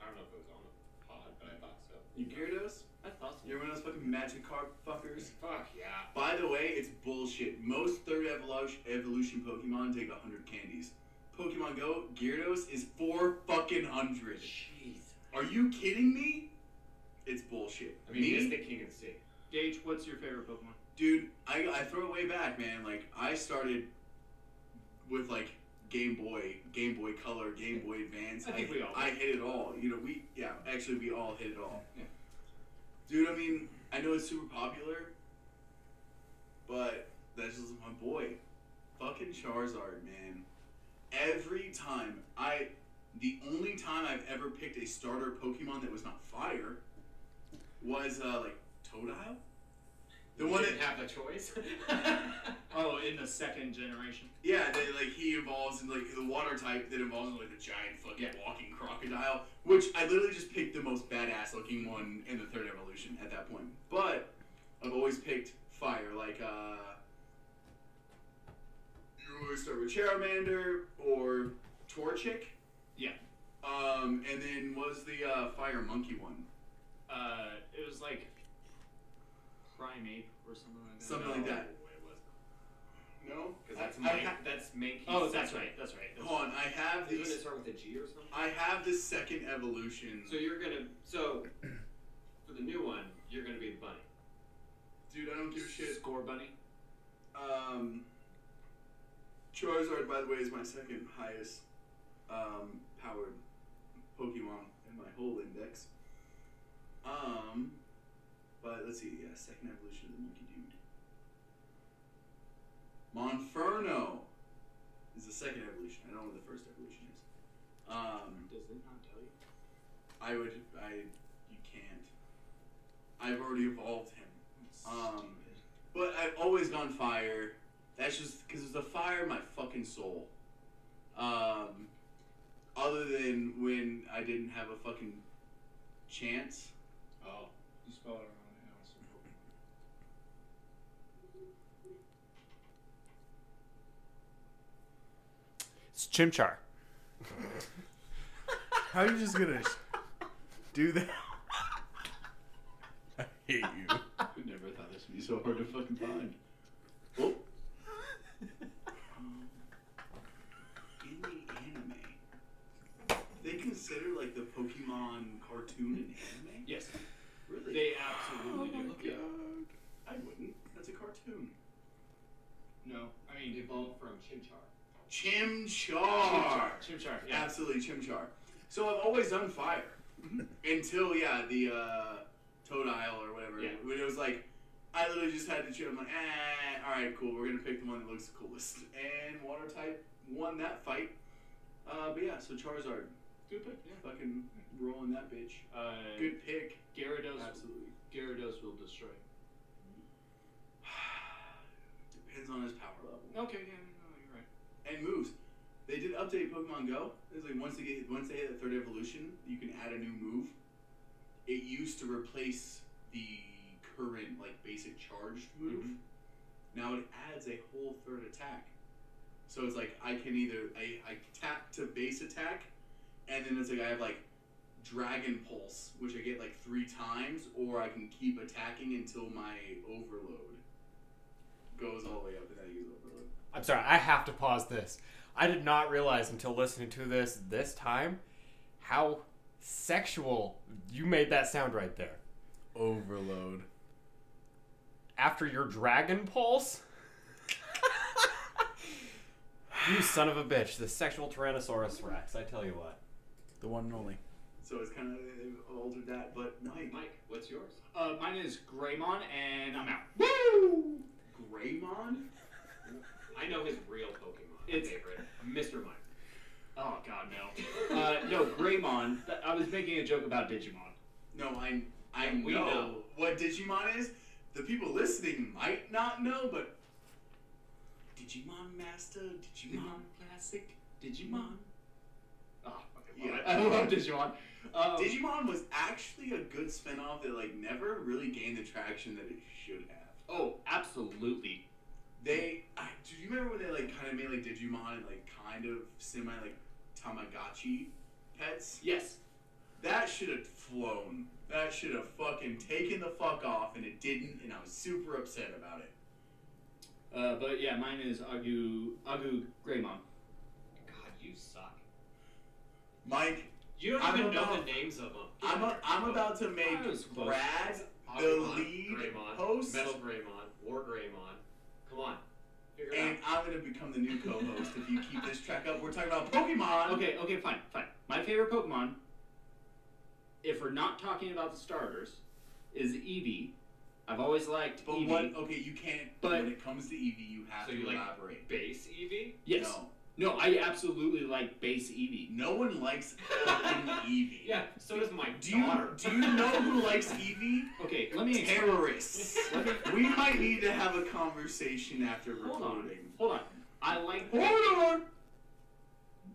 Speaker 2: I don't know if it was on the pod, but I thought so.
Speaker 1: You Gyarados?
Speaker 4: I thought so.
Speaker 1: You're one of those fucking Magikarp fuckers.
Speaker 2: Fuck yeah.
Speaker 1: By the way, it's bullshit. Most third evolution, evolution Pokemon take 100 candies. Pokemon Go, Gyarados is 4 fucking hundred.
Speaker 4: Jeez.
Speaker 1: Are you kidding me? It's bullshit.
Speaker 2: I mean,
Speaker 1: me?
Speaker 2: he's the king of the sea.
Speaker 4: Gage, what's your favorite Pokemon?
Speaker 1: dude I, I throw it way back man like i started with like game boy game boy color game boy advance
Speaker 4: I think we all
Speaker 1: I hit it all you know we yeah actually we all hit it all dude i mean i know it's super popular but that's just my boy fucking charizard man every time i the only time i've ever picked a starter pokemon that was not fire was uh like Totodile? The one that
Speaker 2: didn't have the choice.
Speaker 4: Oh, in the second generation.
Speaker 1: Yeah, they, like he evolves in like the water type that evolves into like a giant fucking walking crocodile, which I literally just picked the most badass looking one in the third evolution at that point. But I've always picked fire, like uh, you always start with Charmander or Torchic.
Speaker 4: Yeah.
Speaker 1: Um, and then what was the uh, fire monkey one,
Speaker 4: Uh, it was like Primeape or something like that.
Speaker 1: something like that. No,
Speaker 2: Because that's
Speaker 1: I- I
Speaker 2: Mike.
Speaker 1: ha-
Speaker 2: that's Mike.
Speaker 4: Oh, that's right. That's right. That's
Speaker 1: hold on, I have
Speaker 2: Doesn't it
Speaker 1: this.
Speaker 2: start with a G or something?
Speaker 1: I have this second evolution.
Speaker 2: So you're gonna so for the new one, you're gonna be the bunny.
Speaker 1: Dude, I don't give a shit.
Speaker 4: Score Bunny.
Speaker 1: Um, Charizard, by the way, is my second highest um, powered Pokemon in my whole index. Um, but let's see, yeah, second evolution of the Monkey Dude. Monferno is the second evolution. I don't know what the first evolution is. Um,
Speaker 4: Does it not tell you?
Speaker 1: I would, I, you can't. I've already evolved him. Um, but I've always gone fire. That's just because it's the fire in my fucking soul. Um, other than when I didn't have a fucking chance.
Speaker 2: Oh.
Speaker 12: You spelled it wrong.
Speaker 13: It's Chimchar.
Speaker 3: How are you just gonna do that? I hate you.
Speaker 1: I never thought this would be so hard to fucking find. Oh. In the anime, they consider like the Pokemon cartoon an anime.
Speaker 4: Yes.
Speaker 1: Really?
Speaker 4: They absolutely do. Yeah.
Speaker 1: I wouldn't. That's a cartoon.
Speaker 4: No, I mean
Speaker 2: Evolved from Chimchar.
Speaker 1: Oh, Chimchar.
Speaker 4: Chimchar. Yeah. Mm-hmm.
Speaker 1: Absolutely, Chimchar. So I've always done fire until yeah, the uh, Totodile or whatever.
Speaker 4: Yeah.
Speaker 1: When it was like, I literally just had to choose. I'm like, ah, all right, cool. We're gonna pick the one that looks the coolest. And water type won that fight. Uh, but yeah, so Charizard,
Speaker 4: Good pick. Yeah.
Speaker 1: fucking rolling that bitch.
Speaker 4: Uh,
Speaker 1: Good pick.
Speaker 4: Gyarados.
Speaker 1: Absolutely.
Speaker 4: Gyarados will destroy.
Speaker 1: (sighs) Depends on his power level.
Speaker 4: Okay. Yeah. No, you're right.
Speaker 1: and moves. They did update Pokemon Go. It's like once they get once they hit the third evolution, you can add a new move. It used to replace the current like basic charged move.
Speaker 4: Mm-hmm.
Speaker 1: Now it adds a whole third attack. So it's like I can either I, I tap to base attack, and then it's like I have like Dragon Pulse, which I get like three times, or I can keep attacking until my overload goes all the way up, and then I use overload.
Speaker 2: I'm sorry, I have to pause this. I did not realize until listening to this this time how sexual you made that sound right there.
Speaker 14: Overload.
Speaker 2: After your dragon pulse? you son of a bitch, the sexual Tyrannosaurus Rex, I tell you what.
Speaker 14: The one and only.
Speaker 1: So it's kind of older that, but Mike.
Speaker 3: Mike, what's yours? Uh, mine is Greymon, and I'm out.
Speaker 1: Woo! Greymon?
Speaker 3: I know his real Pokemon it's, favorite, Mr. Mime. Oh God, no. Uh, no, Greymon. Th- I was making a joke about Digimon.
Speaker 1: No, I I
Speaker 3: We
Speaker 1: know,
Speaker 3: know.
Speaker 1: what Digimon is. The people listening might not know, but Digimon Master, Digimon Classic, Digimon.
Speaker 3: Oh, Mm-hmm. okay,
Speaker 1: Yeah.
Speaker 3: well, I, I love Digimon. Um,
Speaker 1: Digimon was actually a good spinoff that like never really gained the traction that it should have.
Speaker 3: Oh, absolutely.
Speaker 1: They, I, do you remember when they like kind of made like Digimon and like kind of semi like Tamagotchi pets?
Speaker 3: Yes.
Speaker 1: That should have flown. That should have fucking taken the fuck off, and it didn't, and I was super upset about it.
Speaker 3: Uh, but yeah, mine is Agu Agu Greymon.
Speaker 4: God, you suck.
Speaker 1: Mike,
Speaker 4: You don't
Speaker 1: I'm
Speaker 4: even know
Speaker 1: about-
Speaker 4: the names of them.
Speaker 1: I'm, a, I'm about to make
Speaker 3: I was close.
Speaker 1: Brad the
Speaker 4: Agumon,
Speaker 1: lead
Speaker 4: Greymon,
Speaker 1: host,
Speaker 4: Metal Greymon, War Greymon. Come on, figure it
Speaker 1: and I'm gonna become the new co-host if you keep this track up. We're talking about Pokemon.
Speaker 3: Okay, okay, fine, fine. My favorite Pokemon, if we're not talking about the starters, is Eevee. I've always liked
Speaker 1: But
Speaker 3: Eevee.
Speaker 1: what? Okay, you can't.
Speaker 3: But-
Speaker 1: when it comes to Eevee, you have
Speaker 4: E So
Speaker 1: to
Speaker 4: you like-
Speaker 1: elaborate.
Speaker 4: out. Base Eevee.
Speaker 3: Yes.
Speaker 1: No,
Speaker 3: No, I absolutely like base Eevee.
Speaker 1: no one
Speaker 4: (laughs)
Speaker 1: likes fucking Eevee.
Speaker 4: Yeah, so does my
Speaker 1: Do you
Speaker 4: daughter.
Speaker 1: do you know who likes E Eevee?
Speaker 3: Okay, let me explain.
Speaker 1: Terrorists.
Speaker 3: Let me,
Speaker 1: (laughs) We might need to have a conversation after
Speaker 3: hold on,
Speaker 1: recording.
Speaker 3: hold on. I like
Speaker 1: Hold on.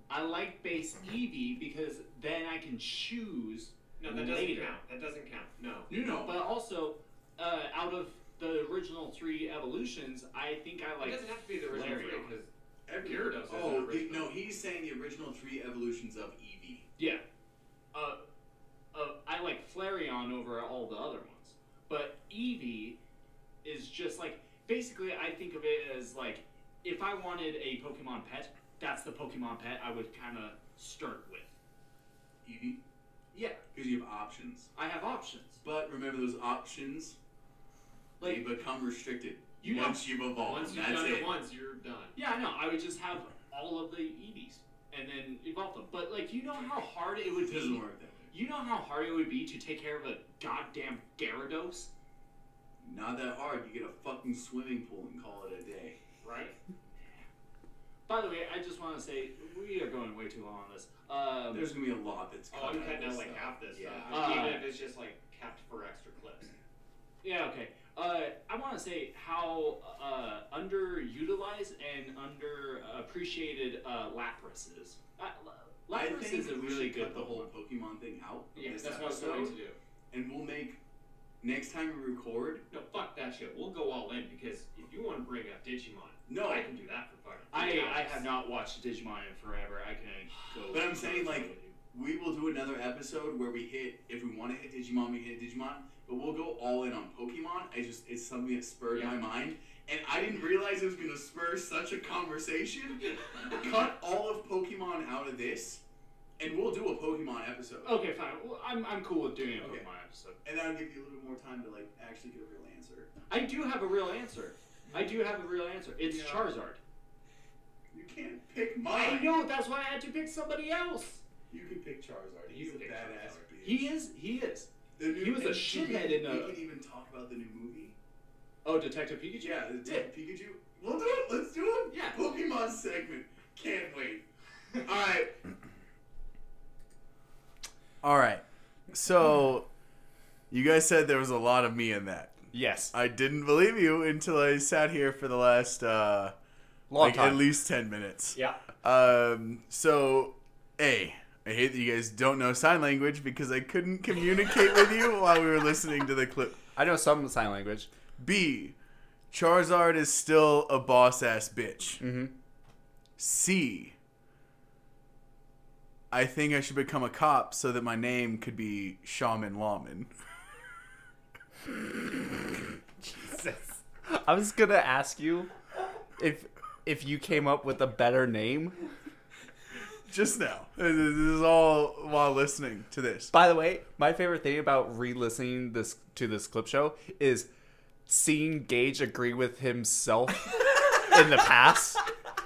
Speaker 3: I like base Eevee because then I can choose.
Speaker 4: No, that doesn't
Speaker 3: Later.
Speaker 4: count. That doesn't count. No.
Speaker 1: You know.
Speaker 3: But also, uh, out of the original three evolutions, I think I
Speaker 4: it
Speaker 3: like.
Speaker 4: doesnk have to be the original three
Speaker 3: Flareon.
Speaker 4: because
Speaker 1: Every,
Speaker 4: Gyarados is
Speaker 1: oh,
Speaker 4: an
Speaker 1: the,
Speaker 4: original.
Speaker 1: no, he's saying the original three evolutions of Eevee.
Speaker 3: Yeah. Uh, uh, I like Flareon over all the other ones. But Eevee is just like basically I think of it as like if I wanted a Pokemon pet, that's the Pokemon pet I would kind of start with.
Speaker 1: Eevee?
Speaker 3: Yeah,
Speaker 1: Because you have options.
Speaker 3: I have options.
Speaker 1: But remember those options?
Speaker 3: Like
Speaker 1: they become restricted
Speaker 3: You know-
Speaker 1: once you've evolved.
Speaker 4: once you've
Speaker 1: That's
Speaker 4: done
Speaker 1: it.
Speaker 4: it once, you're done.
Speaker 3: yeah, I know. I would just have all of the Eevees and then evolve them. But like you know how hard it would
Speaker 1: It doesn't
Speaker 3: be.
Speaker 1: work that way.
Speaker 3: You know how hard it would be to take care of a goddamn Gyarados.
Speaker 1: Not that hard. You get a fucking swimming pool and call it a day.
Speaker 3: right? By the way, I just want to say we are going way too long on this. Um,
Speaker 1: There's gonna be a lot that's
Speaker 4: Oh,
Speaker 1: cut
Speaker 4: I'm
Speaker 1: out
Speaker 4: cutting
Speaker 1: of
Speaker 4: out
Speaker 1: this
Speaker 4: like
Speaker 1: stuff.
Speaker 4: half this
Speaker 1: Yeah.
Speaker 4: stuff.
Speaker 3: Uh,
Speaker 4: Even if it's just like kept for extra clips.
Speaker 3: yeah, okay. Uh, I want to say how uh, underutilized and underappreciated uh, Lapras is. Uh, La-
Speaker 1: I
Speaker 3: Lapras
Speaker 1: think
Speaker 3: is a
Speaker 1: that we
Speaker 3: really
Speaker 1: should
Speaker 3: good
Speaker 1: cut the whole
Speaker 3: Pokemon.
Speaker 1: Pokemon thing out. of
Speaker 4: Yeah,
Speaker 1: this
Speaker 4: that's what I'm
Speaker 1: episode,
Speaker 4: going to do.
Speaker 1: And we'll make next time we record.
Speaker 4: No, fuck that shit. We'll go all in because if you want to bring up Digimon,
Speaker 1: No,
Speaker 4: I can do that for fun.
Speaker 3: I, I have not watched Digimon in forever. I can go.
Speaker 1: But I'm saying, like- We will do another episode where we hit if we want to hit Digimon, we hit Digimon, but we'll go all in on Pokemon. I just it's something that spurred
Speaker 4: Yeah.
Speaker 1: my mind, and I didn't realize it was gonna spur such a
Speaker 3: (laughs)
Speaker 1: conversation. Cut all of Pokemon out of this, and we'll do a Pokemon episode,
Speaker 3: okay, fine. Well, I'm I'm cool with doing a
Speaker 1: Okay.
Speaker 3: Pokemon episode.
Speaker 1: and that'll give you a little bit more time to like actually get a real answer.
Speaker 3: I do have a real answer. I do have a real answer. It's
Speaker 1: Yeah.
Speaker 3: Charizard.
Speaker 1: You can't pick
Speaker 3: I
Speaker 1: mine.
Speaker 3: know. That's why I had to pick somebody else.
Speaker 1: You can pick Charizard.
Speaker 4: You
Speaker 1: He's a
Speaker 4: can pick
Speaker 1: badass
Speaker 4: Charizard.
Speaker 1: bitch.
Speaker 3: He is. He is.
Speaker 1: The new-
Speaker 3: he was a
Speaker 1: and
Speaker 3: shithead
Speaker 1: we-
Speaker 3: in a-
Speaker 1: We can even talk about the new movie.
Speaker 3: Oh, Detective Pikachu.
Speaker 1: Yeah, the Detective Pikachu. We'll do it. Let's do it.
Speaker 3: Yeah.
Speaker 1: Pokemon segment. Can't wait. All right.
Speaker 14: All right. So, you guys said there was a lot of me in that.
Speaker 15: Yes.
Speaker 14: I didn't believe you until I sat here for the last uh,
Speaker 16: Long
Speaker 14: like
Speaker 16: time.
Speaker 14: at least ten minutes.
Speaker 2: Yeah.
Speaker 14: Um, so, A, I hate that you guys don't know sign language because I couldn't communicate with you while we were listening to the clip.
Speaker 16: I know some sign language.
Speaker 14: B, Charizard is still a boss ass bitch.
Speaker 16: Mm-hmm.
Speaker 14: C, I think I should become a cop so that my name could be Shaman Lawman. (laughs)
Speaker 16: I was gonna ask you if if you came up with a better name.
Speaker 1: just now. This is all while listening to this.
Speaker 3: By the way, my favorite thing about re-listening this to this clip show is seeing Gage agree
Speaker 16: (laughs)
Speaker 3: with himself in the past,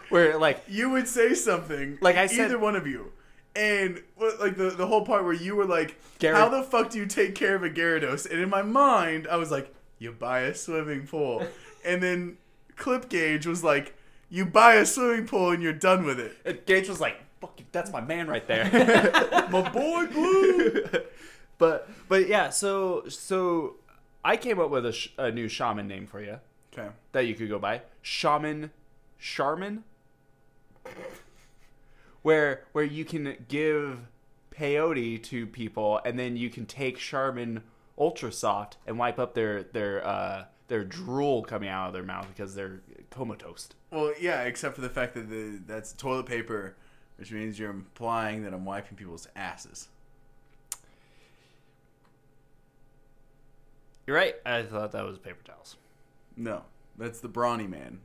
Speaker 3: where like
Speaker 1: You would say something,
Speaker 3: Like I said-
Speaker 1: either one of you, and well, like the the whole part where you were like,
Speaker 3: Gyara-
Speaker 1: "How the fuck do you take care of a Gyarados?" And in my mind, I was like, "You buy a swimming
Speaker 3: (laughs)
Speaker 1: pool," and then Clip Gauge was like, "You buy a swimming pool and you're done with
Speaker 3: (laughs)
Speaker 1: it."
Speaker 3: And Gage was like, "Fuck, that's my man
Speaker 16: (laughs)
Speaker 3: right there."
Speaker 1: My boy Blue.
Speaker 3: (laughs) but but yeah, so so I came up with a, sh- a new shaman name for you
Speaker 1: Okay.
Speaker 3: that you could go by, shaman, Charmin, where where you can give peyote to people and then you can take Charmin Ultra Soft and wipe up their their uh, their drool coming out of their mouth because they're comatose.
Speaker 1: Well, yeah, except for the fact that the, that's toilet paper, which means you're implying that I'm wiping people's asses.
Speaker 3: You're right. I thought that was paper towels.
Speaker 1: No, that's the brawny man.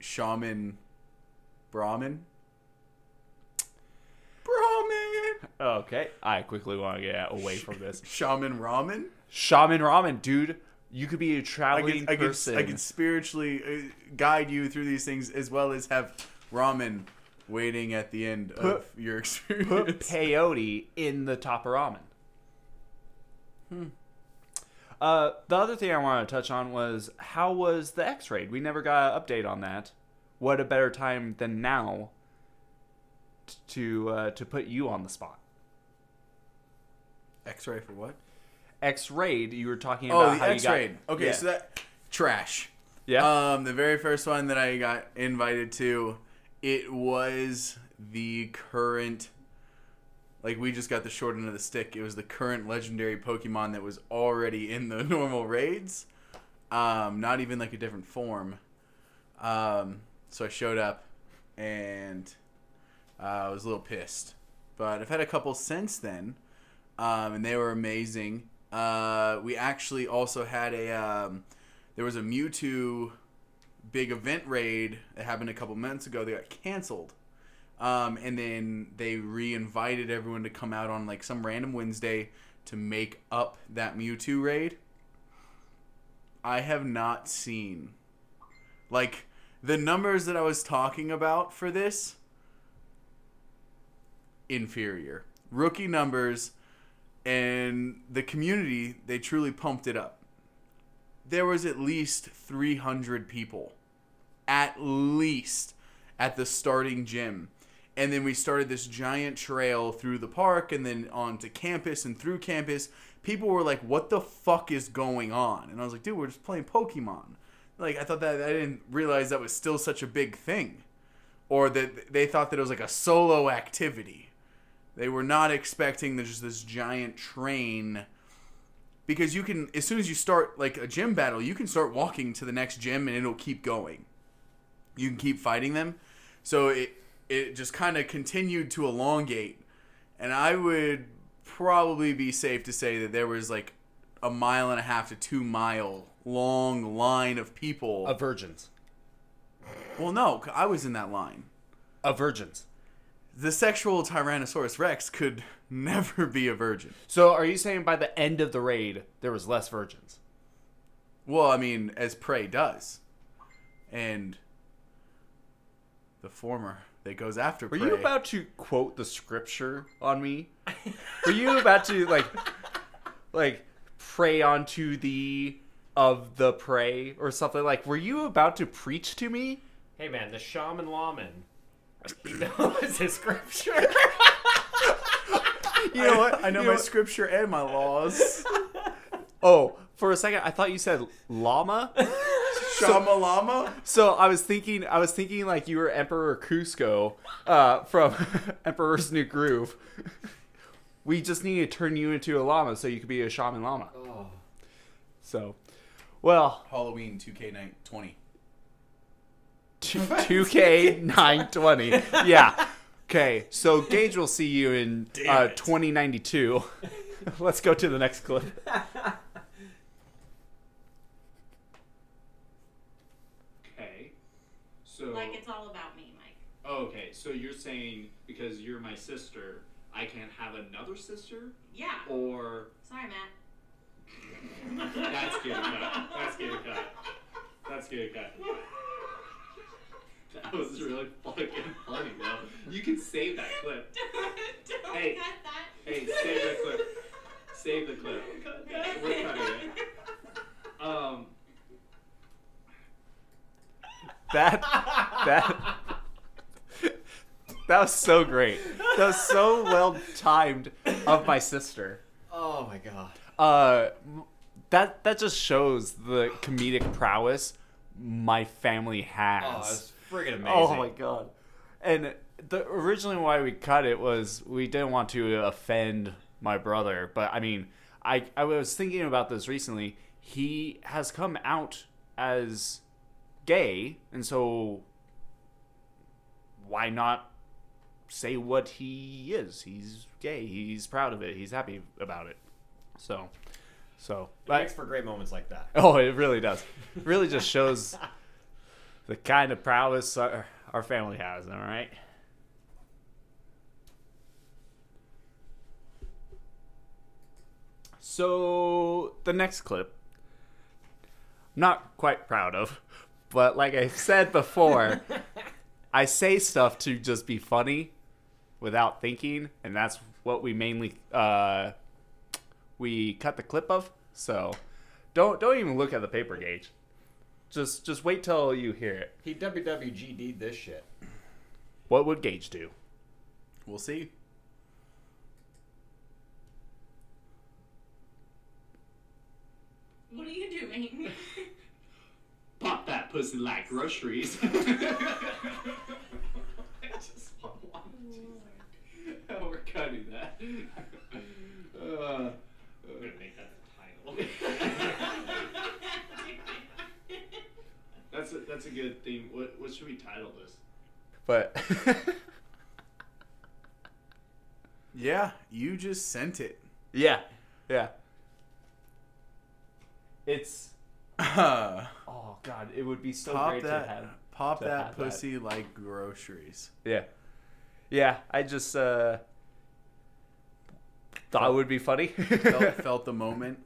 Speaker 1: Shaman. Brahmin? Brahmin!
Speaker 3: Okay, I quickly want to get away from this.
Speaker 1: Shaman Ramen?
Speaker 3: Shaman ramen, dude. You could be a
Speaker 1: I
Speaker 3: traveling
Speaker 1: can, I, can,
Speaker 3: person.
Speaker 1: I can spiritually uh, guide you through these things as well as have ramen waiting at the end of your (laughs) experience.
Speaker 3: put peyote in the top of ramen. Hmm. Uh, the other thing I wanted to touch on was how was the X-ray? We never got an update on that. What a better time than now t- to uh, to put you on the spot.
Speaker 1: X-ray for what?
Speaker 3: X-rayed. You were talking about
Speaker 1: Oh, the
Speaker 3: how you got.
Speaker 1: X-ray. Okay,
Speaker 3: Yeah.
Speaker 1: so that trash.
Speaker 3: yeah.
Speaker 1: Um, the very first one that I got invited to, it was the current. Like we just got the short end of the stick. It was the current legendary Pokemon that was already in the (laughs) normal raids. Um, not even like a different form. Um, so I showed up, and uh, I was a little pissed. But I've had a couple since then, um, and they were amazing. Uh, we actually also had a. Um, there was a Mewtwo big event raid that happened a couple months ago. They got canceled. Um, and then they re-invited everyone to come out on like some random Wednesday to make up that Mewtwo raid. I have not seen like the numbers that I was talking about for this inferior rookie numbers and the community they truly pumped it up there was at least 300 people at least at the starting gym and then we started this giant trail through the park and then onto campus and through campus people were like what the fuck is going on and i was like dude we're just playing pokemon like i thought that i didn't realize that was still such a big thing or that they thought that it was like a solo activity they were not expecting there's just this giant train because you can as soon as you start like a gym battle you can start walking to the next gym and it'll keep going you can keep fighting them so it it just kind of continued to elongate and i would probably be safe to say that there was like a mile and a half to two mile long line of people
Speaker 3: Of virgins.
Speaker 1: well no i was in that line
Speaker 3: Of virgins.
Speaker 1: the sexual tyrannosaurus rex could (laughs) never be a virgin
Speaker 3: So are you saying by the end of the raid there was less virgins?
Speaker 1: Well, I mean, as prey does, and the former that goes after.
Speaker 3: Were
Speaker 1: prey.
Speaker 3: you
Speaker 1: (laughs)
Speaker 3: about to quote the scripture on me? Were you about to like like pray onto the of the prey or something like were you about to preach to me?
Speaker 2: Hey man, the shaman lawman. (laughs) He knows his scripture.
Speaker 3: You know what?
Speaker 1: I know
Speaker 3: (laughs) You
Speaker 1: my
Speaker 3: what?
Speaker 1: scripture and my
Speaker 3: (laughs)
Speaker 1: laws.
Speaker 3: Oh, for a second I thought you said llama.
Speaker 1: Shama Lama.
Speaker 3: So I was thinking I was thinking like you were Emperor Cusco uh, from (laughs) Emperor's New Groove. We just need to turn you into a llama so you could be a shaman llama. So well,
Speaker 1: Halloween 2K20.
Speaker 3: 2K 920. Yeah. Okay, so Gage will see you in uh, 2092. (laughs) Let's go to the next clip.
Speaker 17: Okay. So
Speaker 18: Like it's all about me, Mike.
Speaker 17: okay, so you're saying because you're my sister, I can't have another sister?
Speaker 18: Yeah.
Speaker 17: Oh. Or
Speaker 18: Sorry, Matt. (laughs)
Speaker 17: that's getting cut. That's getting cut. That's getting cut. That was really fucking funny, though. You can save that clip.
Speaker 18: Don't, don't
Speaker 17: Hey.
Speaker 18: cut that.
Speaker 17: Hey, save that
Speaker 18: (laughs)
Speaker 17: clip. (laughs) Save the clip.
Speaker 4: (laughs)
Speaker 17: We're cutting it. Um.
Speaker 3: That that that was so great. That was so well timed of my sister.
Speaker 2: (laughs) Oh my god.
Speaker 3: Uh, m- that that just shows the comedic prowess my family
Speaker 2: Oh, it
Speaker 3: has.
Speaker 2: was friggin' amazing.
Speaker 3: Oh my god! And the originally why we cut it was we didn't want to offend my brother, but I mean, I I was thinking about this recently. He has come out as gay, and so why not say what he is? He's gay. He's proud of it. He's happy about it. So, so
Speaker 2: It makes for great moments like that.
Speaker 3: (laughs) Oh, it really does. It really just shows the kind of prowess our, our family has, all right? So, the next clip, not quite proud of, but like I said before, I say stuff to just be funny without thinking, and that's what we mainly uh, we cut the clip of. So, don't don't even look at the paper gauge. Just just wait till you hear it.
Speaker 2: He WWGD'd this shit.
Speaker 3: What would Gage do?
Speaker 1: We'll see.
Speaker 18: What are you doing? (laughs)
Speaker 17: pop that pussy like groceries. (laughs) I just want one. (laughs) She's like, oh, we're cutting that. Uh, I'm gonna make that
Speaker 4: (laughs)
Speaker 17: the title. that's a that's a good theme. What what should we title this?
Speaker 3: But (laughs)
Speaker 1: Yeah, you just sent it. (laughs)
Speaker 3: yeah, yeah. It's
Speaker 1: Uh,
Speaker 3: oh god, it would be so
Speaker 1: pop
Speaker 3: great
Speaker 1: that,
Speaker 3: to have.
Speaker 1: pop
Speaker 3: to
Speaker 1: that
Speaker 3: have that.
Speaker 1: pussy like groceries.
Speaker 3: Yeah, yeah. I just uh thought it would be funny. (laughs)
Speaker 1: Felt, felt the moment.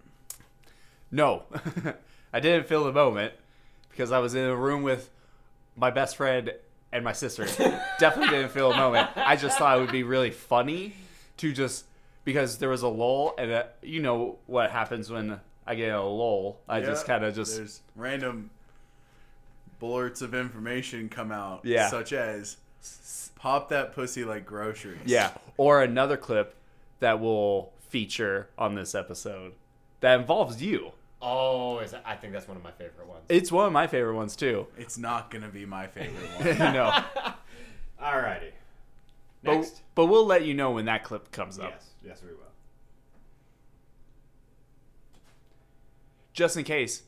Speaker 3: no, (laughs) I didn't feel the moment because I was in a room with my best friend and my sister. Definitely didn't feel a moment. I just thought it would be really funny to just because there was a lull, and uh you know what happens when I get a lull. I just
Speaker 1: Yeah,
Speaker 3: kind of just
Speaker 1: there's random blurts of information come out.
Speaker 3: Yeah.
Speaker 1: such as pop that pussy like groceries.
Speaker 3: yeah. Or another clip that will feature on this episode that involves you.
Speaker 2: Oh, is that, I think that's one of my favorite ones.
Speaker 3: It's one of my favorite ones too. (laughs)
Speaker 1: it's not gonna be my favorite one.
Speaker 3: no,
Speaker 2: Alrighty.
Speaker 3: but,
Speaker 2: Next.
Speaker 3: but we'll let you know when that clip comes up,
Speaker 2: yes, yes, we will.
Speaker 3: just in case.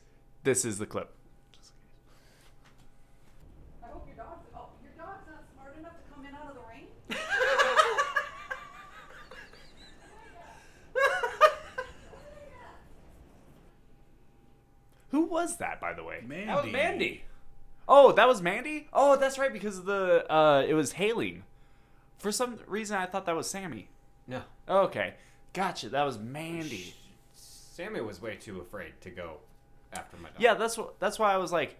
Speaker 3: This is the clip.
Speaker 19: I hope your dog's, oh, your dog's not smart enough to come in out of the rain?
Speaker 3: Who was that, by the way?
Speaker 1: Mandy.
Speaker 2: That was Mandy.
Speaker 3: Oh, that was Mandy? Oh, that's right, because of the uh it was hailing. For some reason I thought that was Sammy.
Speaker 2: No.
Speaker 3: Okay. Gotcha, that was Mandy.
Speaker 2: Sammy was way too afraid to go after my dog.
Speaker 3: Yeah, that's wh- that's why I was like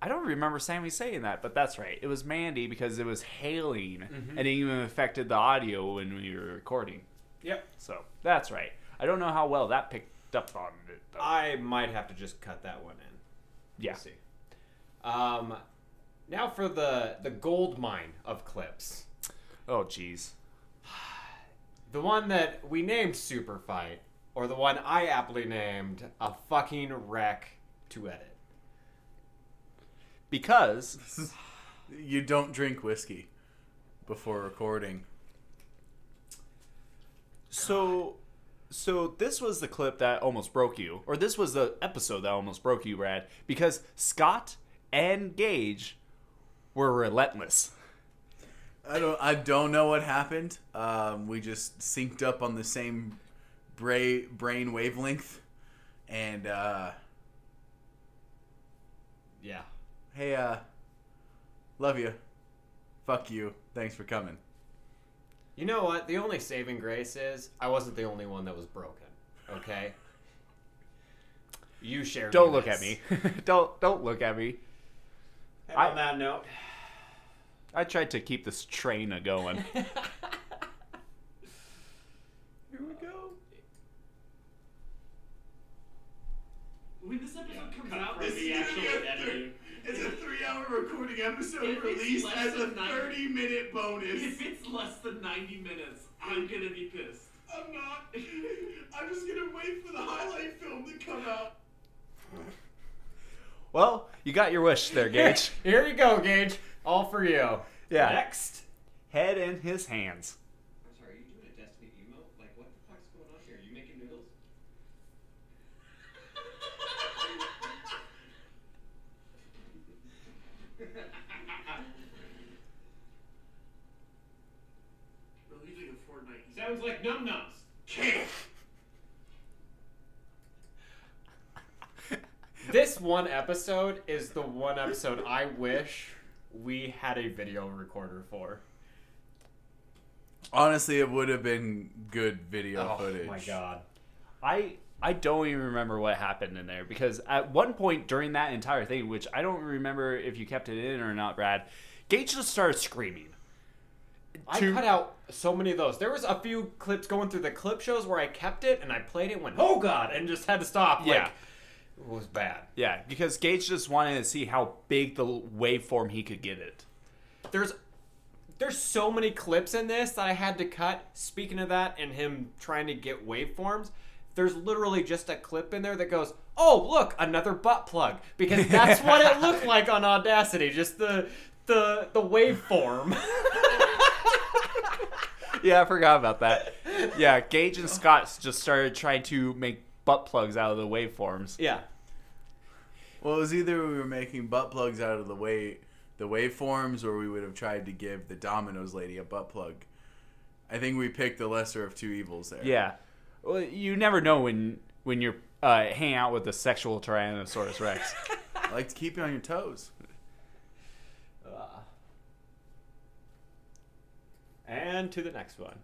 Speaker 3: I don't remember Sammy saying that, but that's right. It was Mandy because it was hailing
Speaker 2: Mm-hmm.
Speaker 3: and it even affected the audio when we were recording.
Speaker 2: Yep.
Speaker 3: So that's right. I don't know how well that picked up on it though.
Speaker 2: I might have to just cut that one in.
Speaker 3: yeah.
Speaker 2: We'll see. Um, now for the the gold mine of clips,
Speaker 3: Oh jeez.
Speaker 2: the one that we named Super Fight, or the one I aptly named a fucking wreck to edit.
Speaker 3: Because
Speaker 2: (laughs)
Speaker 1: You don't drink whiskey before recording.
Speaker 3: So, so this was the clip that almost broke you, or this was the episode that almost broke you, Brad, because Scott and Gage were relentless.
Speaker 1: I don't. I don't know what happened. Um, we just synced up on the same bra- brain wavelength, and uh,
Speaker 2: Yeah.
Speaker 1: hey, uh, love you. fuck you. Thanks for coming.
Speaker 2: You know what? The only saving grace is I wasn't the only one that was broken. Okay. You shared.
Speaker 3: Don't
Speaker 2: your
Speaker 3: look
Speaker 2: mess.
Speaker 3: at me. don't don't look at me.
Speaker 2: And on that note,
Speaker 3: I tried to keep this train a going.
Speaker 2: here we go.
Speaker 4: When this episode comes
Speaker 17: cut
Speaker 4: out,
Speaker 17: from
Speaker 4: this
Speaker 17: the
Speaker 4: is
Speaker 17: actual
Speaker 4: gonna be a
Speaker 17: editing.
Speaker 4: thir- It's a three-hour recording episode
Speaker 17: If it's
Speaker 4: released
Speaker 17: less
Speaker 4: as a
Speaker 17: than nine-
Speaker 4: thirty-minute bonus.
Speaker 17: If it's less than 90 minutes, I'm gonna be pissed.
Speaker 4: I'm not. (laughs) I'm just gonna wait for the highlight film to come out.
Speaker 3: well, you got your wish there, Gage.
Speaker 2: Here you go, Gage. All for you.
Speaker 3: Yeah.
Speaker 2: Next.
Speaker 3: Head in his hands.
Speaker 17: I'm sorry, are you doing a Destiny emo? Like, what the fuck's going on here? Are you making noodles?
Speaker 4: We're leaving a fortnight.
Speaker 17: Sounds like num nums.
Speaker 2: This one episode is the one episode I wish we had a video recorder for.
Speaker 1: Honestly, it would have been good video footage.
Speaker 2: Oh my god.
Speaker 3: I I don't even remember what happened in there because at one point during that entire thing, which I don't remember if you kept it in or not, Brad, Gage just started screaming.
Speaker 2: I
Speaker 3: To-
Speaker 2: cut out so many of those. There was a few clips going through the clip shows where I kept it and I played it and went, oh god, and just had to stop.
Speaker 3: Yeah.
Speaker 2: Like, it was bad.
Speaker 3: Yeah, because Gage just wanted to see how big the waveform he could get it.
Speaker 2: There's there's so many clips in this that I had to cut. Speaking of that and him trying to get waveforms, there's literally just a clip in there that goes, "Oh, look, another butt plug." Because (laughs) that's what it looked like on Audacity, just the the the waveform.
Speaker 3: (laughs)
Speaker 2: (laughs)
Speaker 3: Yeah, I forgot about that. Yeah, Gage and Scott just started trying to make butt plugs out of the waveforms.
Speaker 2: yeah.
Speaker 1: Well, it was either we were making butt plugs out of the way the waveforms, or we would have tried to give the Domino's lady a butt plug. I think we picked the lesser of two evils there.
Speaker 3: Yeah. Well, you never know when when you're uh, hanging out with a sexual Tyrannosaurus (laughs) Rex.
Speaker 1: I like to keep you on your toes.
Speaker 2: And to the next one.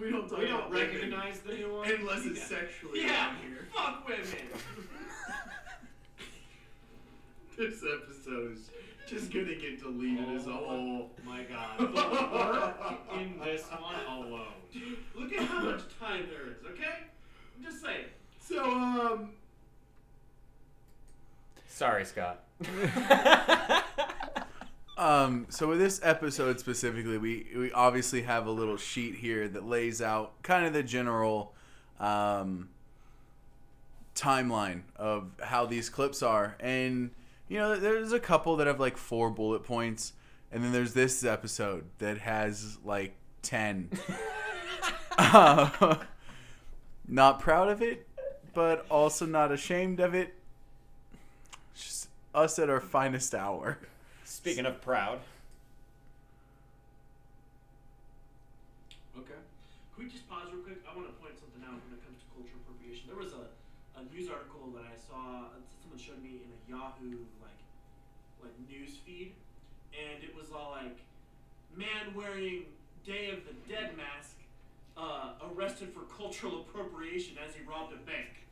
Speaker 4: We don't talk
Speaker 17: We
Speaker 4: about
Speaker 17: don't
Speaker 4: women
Speaker 17: recognize the new one.
Speaker 4: unless it's sexually.
Speaker 17: Yeah,
Speaker 4: on
Speaker 17: (laughs)
Speaker 4: here.
Speaker 17: fuck women.
Speaker 4: This episode is just gonna get deleted as a whole.
Speaker 17: My god. The work in this one
Speaker 4: (laughs)
Speaker 17: alone.
Speaker 4: Look at how much time there is. Okay, I'm just saying. So um,
Speaker 2: Sorry, (laughs) Scott.
Speaker 1: Um, so with this episode specifically, we we obviously have a little sheet here that lays out kind of the general um, timeline of how these clips are, and you know, there's a couple that have like four bullet points, and then there's this episode that has like ten. (laughs) Uh, not proud of it, but also not ashamed of it. It's just us at our finest hour.
Speaker 2: Speaking of proud,
Speaker 4: Okay. Can we just pause real quick? I want to point something out when it comes to cultural appropriation. There was a, a news article that I saw, someone showed me in a Yahoo like like news feed, and it was all like, man wearing Day of the Dead mask uh, arrested for cultural appropriation as he robbed a bank,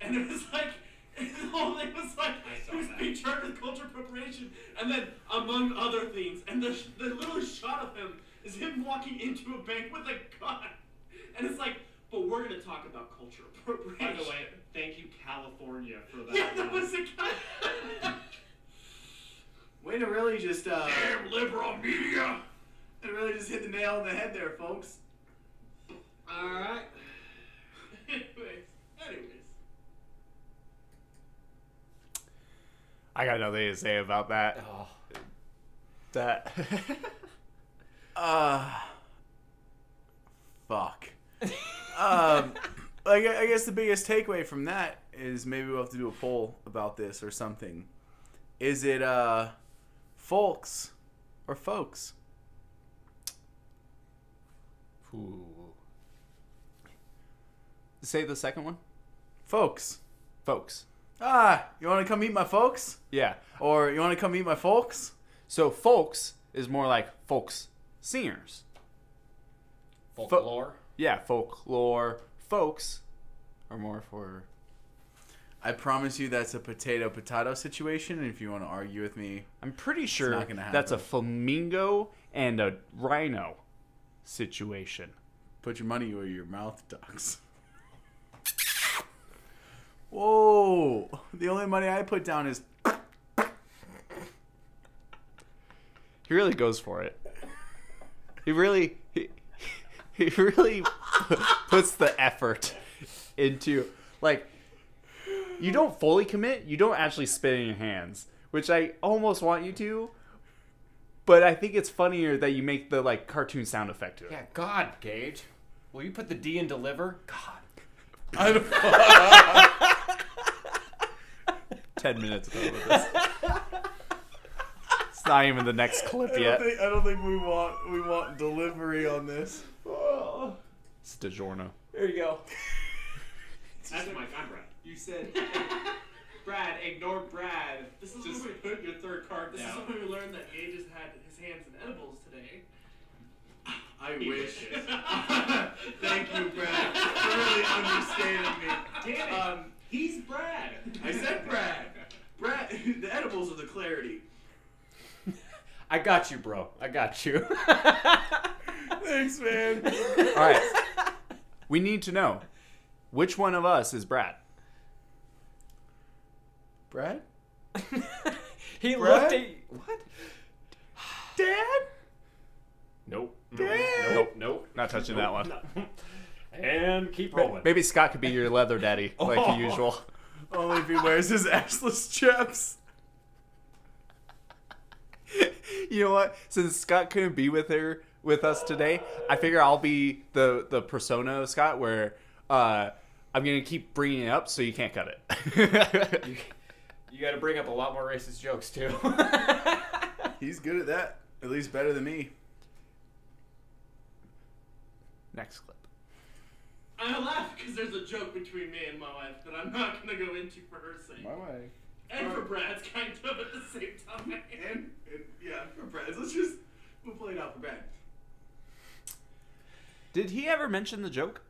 Speaker 4: and it was like. (laughs) the whole thing was like he was being charged with cultural appropriation, and then among other things, and the, the little shot of him is him walking into a bank with a gun, and it's like, but we're gonna talk about cultural
Speaker 17: By
Speaker 4: appropriation.
Speaker 17: the way, thank you, California, for that.
Speaker 4: yeah, that
Speaker 17: one.
Speaker 4: was a (laughs) gun.
Speaker 17: Way to really just uh
Speaker 4: Damn liberal media! It really just hit the nail on the head there, folks.
Speaker 17: Alright.
Speaker 4: (laughs) anyways, anyways.
Speaker 3: I got nothing to say about that.
Speaker 2: oh,
Speaker 3: (laughs) That.
Speaker 1: Uh, fuck. um, like I I guess the biggest takeaway from that is maybe we'll have to do a poll about this or something. Is it uh, folks or folks?
Speaker 3: say the second one,
Speaker 1: Folks.
Speaker 3: folks.
Speaker 1: Ah, you want to come meet my folks?
Speaker 3: Yeah. Oh,
Speaker 1: Or you want to come meet my folks?
Speaker 3: So folks is more like folks singers.
Speaker 2: Folklore.
Speaker 3: Yeah, folklore. Folks are more for
Speaker 1: I promise you that's a potato potato situation. And if you want to argue with me,
Speaker 3: I'm pretty sure
Speaker 1: not gonna
Speaker 3: that's a
Speaker 1: happen.
Speaker 3: flamingo and a rhino situation.
Speaker 1: put your money where your mouth ducks. Whoa! The only money I put down is
Speaker 3: He really goes for it. He really he, he really pu- puts the effort into like you don't fully commit, you don't actually spit in your hands, which I almost want you to, but I think it's funnier that you make the like cartoon sound effect to it.
Speaker 2: Yeah, God, Gage. Will you put the D in deliver? God.
Speaker 1: I don't-
Speaker 3: (laughs) 10 minutes ago with this. It's not even the next clip
Speaker 1: I don't
Speaker 3: yet.
Speaker 1: think I don't think we want we want delivery on this.
Speaker 3: It's DiGiorno.
Speaker 2: Oh, There you go.
Speaker 17: That's my I'm Brad. You said Brad, ignore Brad.
Speaker 4: This is
Speaker 17: Just
Speaker 4: what we-
Speaker 17: put your third card
Speaker 4: This is
Speaker 17: down.
Speaker 4: when we learned that Gage has had his hands in edibles today.
Speaker 1: I
Speaker 17: He
Speaker 1: wish.
Speaker 17: wishes.
Speaker 1: (laughs) Thank you, Brad, for really understanding me.
Speaker 17: Damn it.
Speaker 4: Um,
Speaker 17: He's Brad.
Speaker 4: I said Brad. Brad, the edibles are the clarity.
Speaker 2: I got you, bro. I got you.
Speaker 1: Thanks, man.
Speaker 3: All right. We need to know which one of us is Brad.
Speaker 1: Brad?
Speaker 2: he
Speaker 1: Brad?
Speaker 2: looked at what?
Speaker 1: Dad?
Speaker 2: Nope.
Speaker 1: Dad?
Speaker 2: Nope. Nope.
Speaker 3: Not touching that one.
Speaker 2: nope. And keep rolling.
Speaker 3: Maybe Scott could be your
Speaker 1: (laughs)
Speaker 3: leather daddy, like
Speaker 2: Oh.
Speaker 3: usual.
Speaker 1: Only if he wears his assless chaps.
Speaker 3: (laughs) you know what? Since Scott couldn't be with her with us today, I figure I'll be the the persona of Scott, where uh, I'm gonna keep bringing it up so you can't cut (laughs) it.
Speaker 2: You got to bring up a lot more racist jokes too. (laughs)
Speaker 1: He's good at that. At least better than me.
Speaker 3: Next clip.
Speaker 4: I laugh because there's a joke between me and my wife that I'm not gonna go into for her sake.
Speaker 1: way.
Speaker 4: And for Brad's kind of at the same time. And, and yeah, for Brad's. Let's just we'll play it out for Brad.
Speaker 3: Did he ever mention the joke?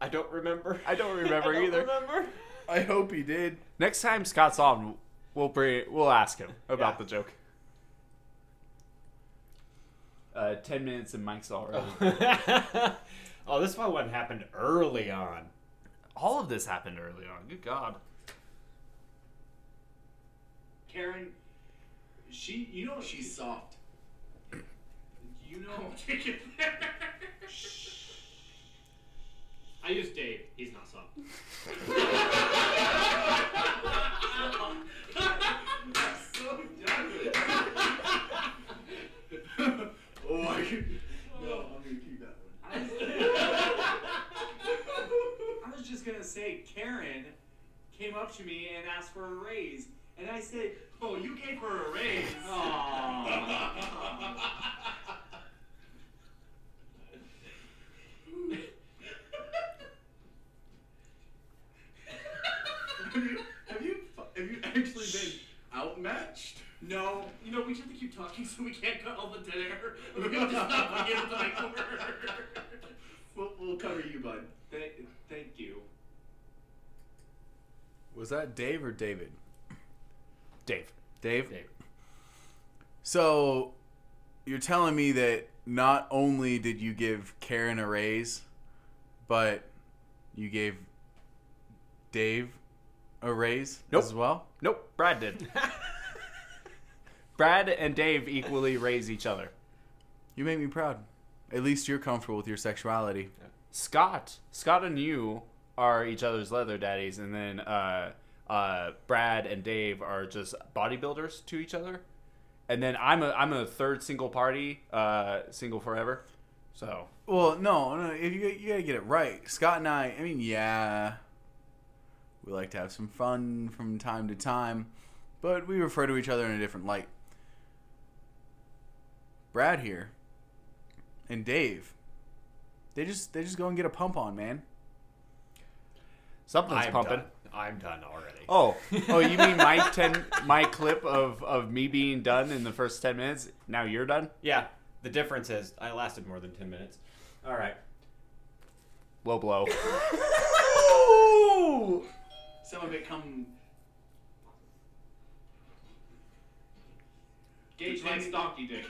Speaker 2: I don't remember.
Speaker 3: I don't remember
Speaker 2: (laughs) I don't
Speaker 3: either.
Speaker 2: Remember?
Speaker 1: I hope he did.
Speaker 3: Next time Scott's on, we'll bring we'll ask him about
Speaker 2: Yeah.
Speaker 3: the joke. Uh, ten minutes and Mike's already.
Speaker 1: (laughs)
Speaker 2: Oh. (laughs) oh, this one one happened early on.
Speaker 3: All of this happened early on. Good God.
Speaker 17: Karen, she, you know,
Speaker 4: She's soft.
Speaker 17: you
Speaker 4: (laughs)
Speaker 17: know,
Speaker 4: Don't take it there.
Speaker 17: I use Dave. He's not soft.
Speaker 4: Oh, so done with it. oh, I could. No, I'm gonna keep that one.
Speaker 17: I was just gonna say, Karen came up to me and asked for a raise, and I said,
Speaker 4: Oh, you gave her a raise.
Speaker 17: "Aw."
Speaker 4: have you have you have you actually been outmatched?
Speaker 17: "No,
Speaker 4: You know, we just have to keep talking so we can't cut (laughs) all the dead air. We're gonna just not begin to like we'll, we'll cover you, bud.
Speaker 17: th- thank you."
Speaker 1: Was that Dave or David?
Speaker 3: Dave.
Speaker 1: Dave?
Speaker 2: Dave.
Speaker 1: So, you're telling me that not only did you give Karen a raise, but you gave Dave a raise
Speaker 3: Nope.
Speaker 1: as well?
Speaker 3: Nope, Brad did. Brad and Dave equally raise each other.
Speaker 1: You make me proud. At least you're comfortable with your sexuality.
Speaker 3: Scott, Scott and you are each other's leather daddies, and then uh, uh, Brad and Dave are just bodybuilders to each other. And then I'm a I'm a third single party, uh, single forever. So
Speaker 1: Well, no, no, if you you gotta get it right. Scott and I, I mean, yeah, we like to have some fun from time to time, but we refer to each other in a different light. Brad here and Dave, they just they just go and get a pump on, man.
Speaker 3: something's
Speaker 2: I'm
Speaker 3: pumping.
Speaker 2: done. I'm done already.
Speaker 3: Oh, oh, you mean my ten, my clip of of me being done in the first ten minutes? Now you're done.
Speaker 2: Yeah, the difference is I lasted more than 10 minutes. All right.
Speaker 3: Low (laughs) blow.
Speaker 4: Some of it come.
Speaker 17: Gage likes donkey dick.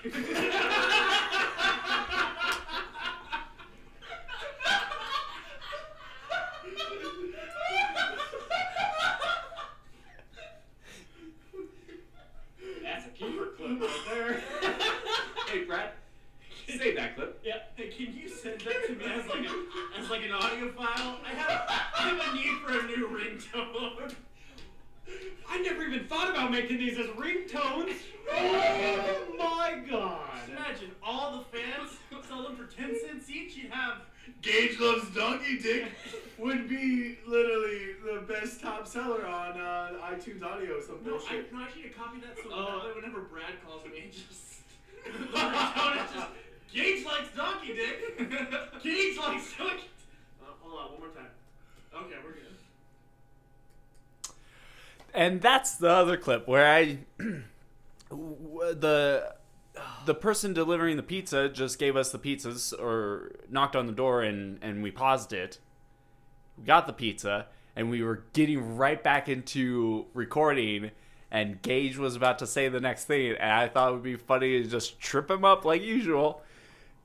Speaker 20: That's a keeper clip right
Speaker 3: (laughs)
Speaker 20: there.
Speaker 17: hey, Brad, save that clip.
Speaker 4: Yeah. Hey, can you send that to me as like a, as like an audio file? I have, I have a need for a new ringtone.
Speaker 20: I never even thought about making these as ringtones. Oh my god.
Speaker 4: Imagine all the fans sell them for ten cents each. You'd have. Gage loves donkey dick would be literally the best top seller on uh, iTunes audio. Some
Speaker 17: No, I,
Speaker 4: bullshit.
Speaker 17: no, I should have copied that so
Speaker 4: Oh.
Speaker 20: Uh.
Speaker 17: that way whenever Brad calls me, it just. (laughs) the ringtone is just. Gage likes donkey dick. Gage likes donkey.
Speaker 4: Uh, hold on, one more time. Okay, we're good.
Speaker 3: and that's the other clip where I (clears throat) w- the the person delivering the pizza just gave us the pizzas or knocked on the door and and we paused it. We got the pizza and we were getting right back into recording and Gage was about to say the next thing and I thought it would be funny to just trip him up like usual.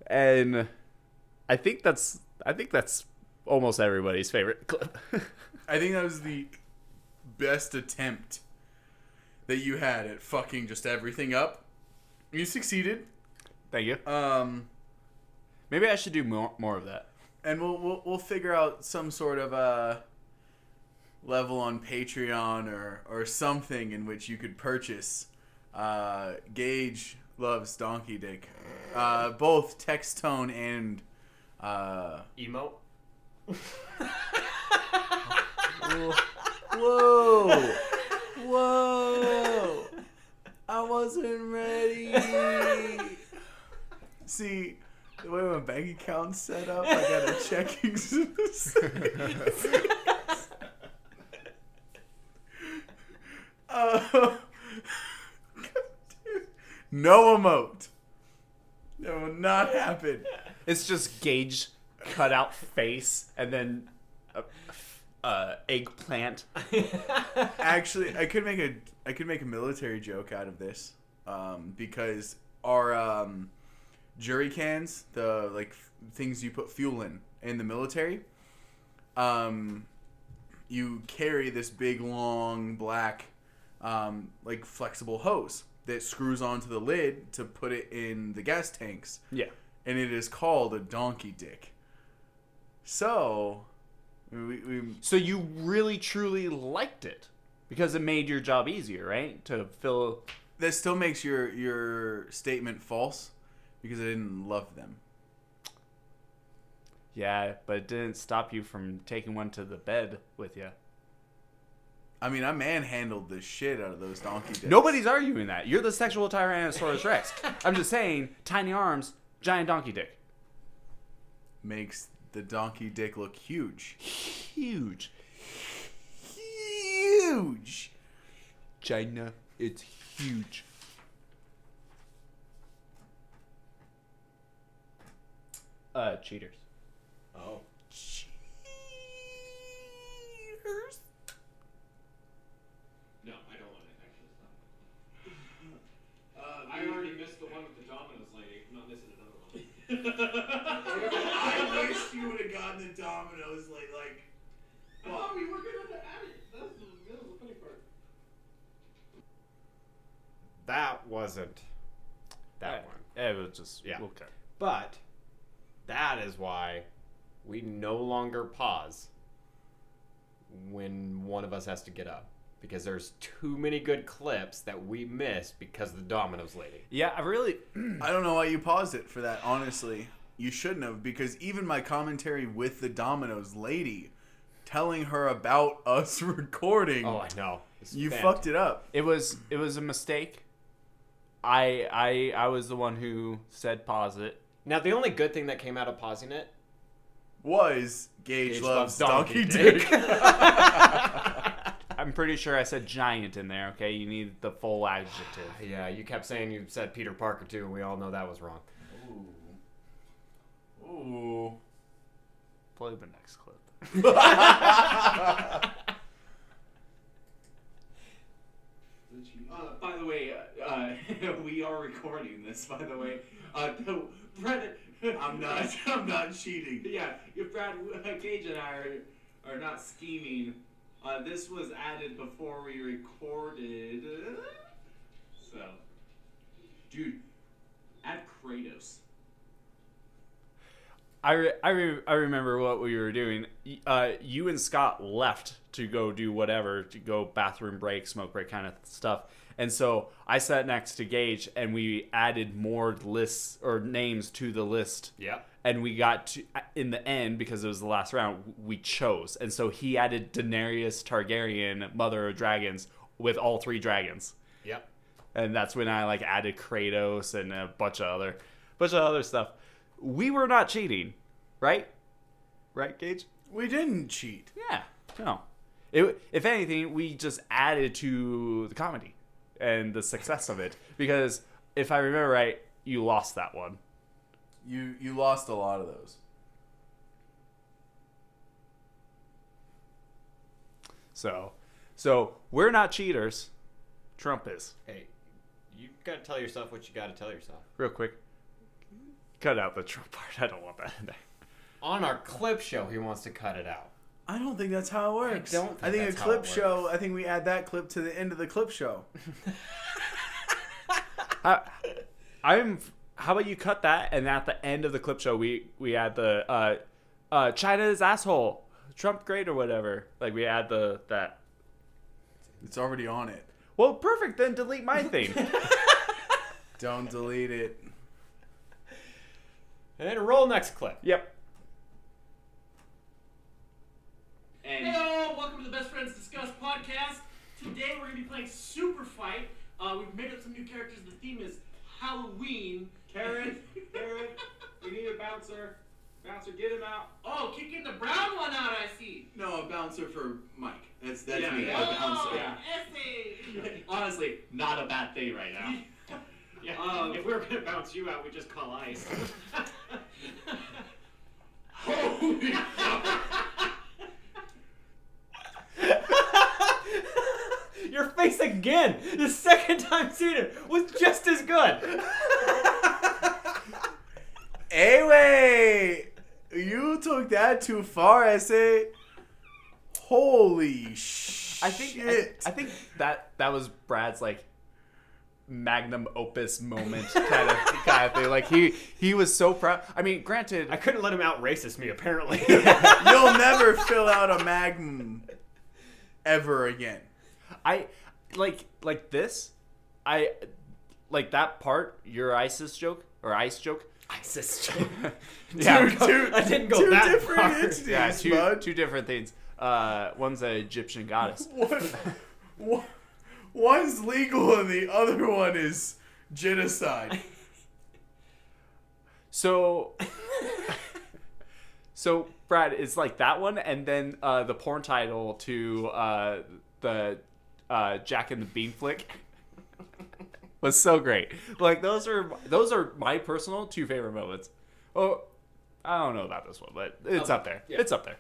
Speaker 3: And I think that's I think that's almost everybody's favorite clip. (laughs)
Speaker 1: I think that was the best attempt that you had at fucking just everything up. You succeeded.
Speaker 3: Thank you.
Speaker 1: Um,
Speaker 3: Maybe I should do more, more of that.
Speaker 1: and we'll, we'll we'll figure out some sort of uh level on Patreon or or something in which you could purchase uh, Gage loves Donkey Dick, uh, both text tone and uh,
Speaker 2: (laughs) Emote?
Speaker 1: whoa whoa I wasn't ready. (laughs) See. The way my bank account's set up, I got a checking system. Uh, no emote. That will not happen.
Speaker 3: It's just Gage cut out face and then a, a uh, eggplant.
Speaker 2: Oh.
Speaker 1: Actually, I could make a I could make a military joke out of this um, because our um, jury cans, the like f- things you put fuel in in the military, um, you carry this big long black um, like flexible hose that screws onto the lid to put it in the gas tanks.
Speaker 3: Yeah.
Speaker 1: and it is called a donkey dick. So, we, we
Speaker 3: So you really truly liked it because it made your job easier, right? To fill.
Speaker 1: that still makes your your statement false because I didn't love them.
Speaker 3: Yeah, but it didn't stop you from taking one to the bed with you.
Speaker 1: I mean, I manhandled the shit out of those donkey dicks.
Speaker 3: Nobody's arguing that. You're the sexual Tyrannosaurus Rex. I'm just saying, tiny arms, giant donkey dick.
Speaker 1: makes the donkey dick look huge.
Speaker 3: Huge.
Speaker 1: Huge.
Speaker 3: China, it's huge. Uh, cheaters.
Speaker 2: Oh.
Speaker 20: No, I don't want to actually stop. Uh, I already missed the one with the Domino's lady. I'm not missing another one.
Speaker 4: I wish you would have gotten the Domino's like like. Well,
Speaker 20: we were gonna add it. That's the, that was the funny part.
Speaker 2: That wasn't that
Speaker 3: Right.
Speaker 2: one.
Speaker 3: It was just
Speaker 2: Yeah.
Speaker 3: Okay.
Speaker 2: But that is why we no longer pause when one of us has to get up because there's too many good clips that we missed because of the Domino's lady.
Speaker 3: Yeah, I really.
Speaker 1: I don't know why you paused it for that. Honestly, you shouldn't have because even my commentary with the Domino's lady, telling her about us (laughs) recording,
Speaker 2: Oh, I know.
Speaker 1: you fucked it up.
Speaker 3: It was it was a mistake. I I I was the one who said pause it.
Speaker 2: Now the only good thing that came out of pausing it (laughs)
Speaker 1: (laughs) Was Gage, loves, donkey, dick.
Speaker 3: I'm pretty sure I said giant in there. Okay, you need the full adjective.
Speaker 2: Yeah, you kept saying you said Peter Parker too, and we all know that was wrong.
Speaker 1: Ooh.
Speaker 3: Play the next clip.
Speaker 21: Uh, by the way, uh, uh, (laughs) we are recording this. By the way, uh, the- Brett, (laughs)
Speaker 4: I'm not. I'm not cheating.
Speaker 21: Yeah, if Brad uh, Gage and I are, are not scheming. Uh, this was added before we recorded. So, dude, add Kratos.
Speaker 3: I, re- I, re- I remember what we were doing. Y- Uh, you and Scott left to go do whatever, to go bathroom break, smoke break, kind of stuff. And so I sat next to Gage, and we added more lists or names to the list.
Speaker 2: Yep.
Speaker 3: And we got to in the end because it was the last round. We chose, and so he added Daenerys Targaryen, Mother of Dragons, with all three dragons
Speaker 2: Yep.
Speaker 3: and that's when I like added Kratos and a bunch of other, bunch of other stuff. We were not cheating, right? Right, Gage?
Speaker 1: We didn't cheat.
Speaker 3: Yeah, no. It, if anything, we just added to the comedy and the success of it because if I remember right, you lost that one.
Speaker 1: You you lost a lot of those.
Speaker 3: So, so we're not cheaters. Trump is
Speaker 2: Hey, you gotta tell yourself what you gotta tell yourself.
Speaker 3: real quick. Cut out the Trump (laughs) part. I don't want that in there.
Speaker 2: On our clip show, he wants to cut it out.
Speaker 1: I don't think that's how it works.
Speaker 2: don't think
Speaker 1: I think
Speaker 2: that's
Speaker 1: a
Speaker 2: how
Speaker 1: clip
Speaker 2: it
Speaker 1: show.
Speaker 2: works.
Speaker 1: I think we add that clip to the end of the clip show.
Speaker 3: I, I'm. How about you cut that, and at the end of the clip show, we we add the uh, uh, China's asshole, Trump great or whatever. Like we add the that.
Speaker 1: (laughs) It's already on it.
Speaker 3: Well, perfect. Then delete
Speaker 2: (laughs)
Speaker 3: my thing.
Speaker 1: Don't delete it.
Speaker 2: And then roll next clip.
Speaker 3: yep.
Speaker 21: And
Speaker 4: Hello, welcome to the Best Friends Discuss podcast. Today we're gonna be playing Super Fight. Uh, we've made up some new characters. The theme is Halloween.
Speaker 21: Karen, Karen, we need a bouncer. Bouncer, get him out.
Speaker 4: (laughs) Oh, kicking the brown one out. I see.
Speaker 21: No, a bouncer for Mike.
Speaker 4: That's that's
Speaker 21: Yeah,
Speaker 4: me.
Speaker 21: yeah.
Speaker 4: I'm- I'm
Speaker 21: Oh,
Speaker 4: sorry.
Speaker 21: yeah.
Speaker 4: Essay.
Speaker 21: Honestly, not a bad thing right now.
Speaker 4: (laughs) Yeah.
Speaker 21: Um, Uh, if we were gonna bounce you out, we'd just call ice.
Speaker 4: (laughs) Holy (laughs)
Speaker 2: Your face again, the second time seen it, was just as good.
Speaker 1: (laughs) Anyway, you took that too far. I say, holy shit!
Speaker 3: I think I, I think that that was Brad's like magnum opus moment kind of kind of thing. Like he he was so proud. I mean, granted,
Speaker 2: I couldn't let him out racist me, apparently. (laughs)
Speaker 1: (laughs) You'll never fill out a magnum ever again.
Speaker 3: I like like this. I like that part. Your ISIS joke or ice joke. (laughs)
Speaker 2: ISIS.
Speaker 3: Yeah,
Speaker 1: Two- two-
Speaker 2: I didn't go
Speaker 1: two
Speaker 2: that
Speaker 1: different
Speaker 2: far.
Speaker 1: entities,
Speaker 3: yeah, two,
Speaker 1: bud.
Speaker 3: two different things. Uh, one's an Egyptian goddess.
Speaker 1: (laughs) One- one- One's legal and the other one is genocide.
Speaker 3: So, so Brad, it's like that one, and then uh, the porn title to uh, the uh, Jack and the Bean flick (laughs) was so great. Like those are those are my personal two favorite moments. Oh, I don't know about this one, but it's up there. It's up there.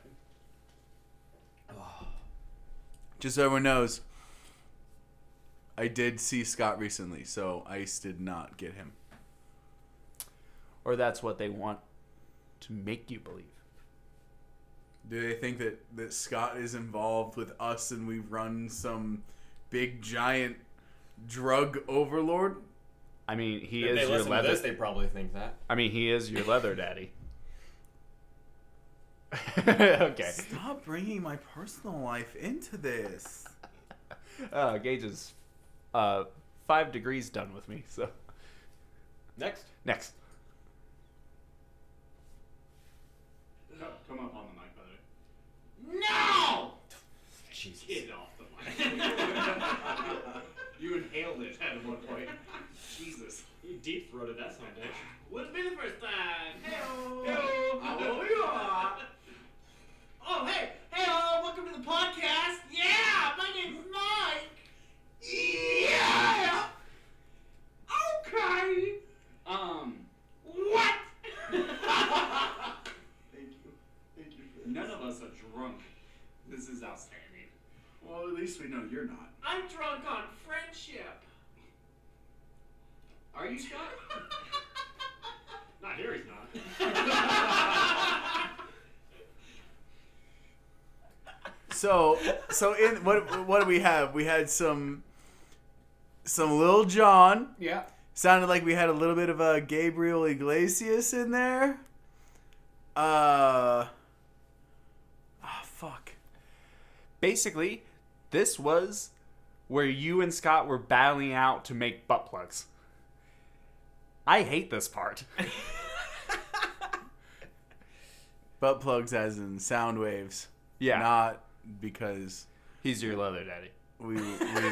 Speaker 1: Just so everyone knows, I did see Scott recently, so Ice did not get him.
Speaker 3: Or that's what they want to make you believe.
Speaker 1: Do they think that, that Scott is involved with us and we run some big giant drug overlord?
Speaker 3: I mean, he
Speaker 2: If
Speaker 3: is
Speaker 2: they
Speaker 3: your
Speaker 2: listen to
Speaker 3: leather.
Speaker 2: this, they probably think that.
Speaker 3: I mean, he is your leather (laughs) daddy. okay.
Speaker 1: Stop bringing my personal life into this.
Speaker 3: Uh, Gage is uh, five degrees done with me. So
Speaker 2: Next.
Speaker 3: next,
Speaker 21: Come up on the mic, by the way.
Speaker 4: no!
Speaker 2: Jesus.
Speaker 21: Get off the mic. you inhaled it at one point. Jesus. You deep throated that sound, bitch.
Speaker 4: Would it be the first time? Hey-o.
Speaker 21: Oh, (laughs)
Speaker 4: Oh, hey, hey, uh, welcome to the podcast. Yeah, my name's
Speaker 17: is outstanding.
Speaker 4: Well, at least we know you're not.
Speaker 3: (laughs)
Speaker 18: I'm drunk on friendship.
Speaker 17: Are you Scott? not here, he's not.
Speaker 1: So so in what what do we have? We had some some Lil John.
Speaker 2: Yeah.
Speaker 1: Sounded like we had a little bit of
Speaker 3: uh,
Speaker 1: a Gabriel Iglesias in there. Uh Ah fuck.
Speaker 3: Basically, this was where you and Scott were battling out to make butt plugs. I hate this (laughs) part.
Speaker 1: Butt plugs as in sound waves.
Speaker 3: Yeah.
Speaker 1: Not because
Speaker 3: He's your leather daddy.
Speaker 1: we we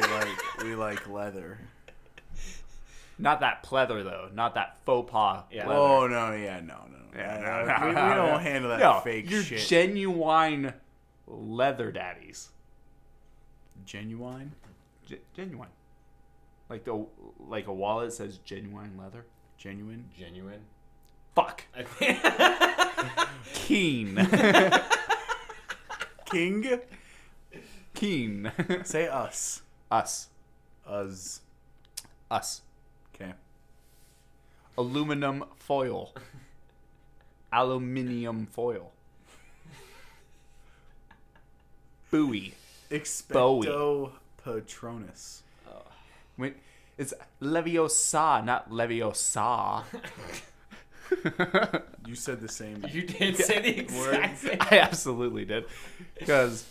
Speaker 3: (laughs)
Speaker 1: like we like leather.
Speaker 3: Not that pleather though. Not that faux pas.
Speaker 2: Yeah.
Speaker 3: pleather.
Speaker 1: Oh no, yeah, no, no.
Speaker 3: Yeah,
Speaker 1: Uh,
Speaker 3: no, no,
Speaker 1: we, we
Speaker 3: no,
Speaker 1: don't
Speaker 3: (laughs) no.
Speaker 1: handle that
Speaker 3: No,
Speaker 1: fake
Speaker 3: you're
Speaker 1: shit.
Speaker 3: genuine leather daddies.
Speaker 1: genuine?
Speaker 3: Ge- genuine. Like the like a wallet says genuine leather.
Speaker 1: Genuine?
Speaker 2: Genuine.
Speaker 3: Fuck.
Speaker 2: I think.
Speaker 3: Keen. (laughs)
Speaker 1: King?
Speaker 3: Keen. (laughs)
Speaker 1: Say us.
Speaker 3: Us.
Speaker 1: Us.
Speaker 3: Us.
Speaker 1: Okay.
Speaker 3: Aluminum foil. Aluminium
Speaker 1: (laughs)
Speaker 3: foil. Buoy.
Speaker 1: Expecto Patronus.
Speaker 3: When, it's Leviosa,
Speaker 1: (laughs)
Speaker 3: not Leviosa.
Speaker 1: You said the same.
Speaker 2: (laughs) You did say (laughs) the exact same.
Speaker 3: I absolutely did. Because,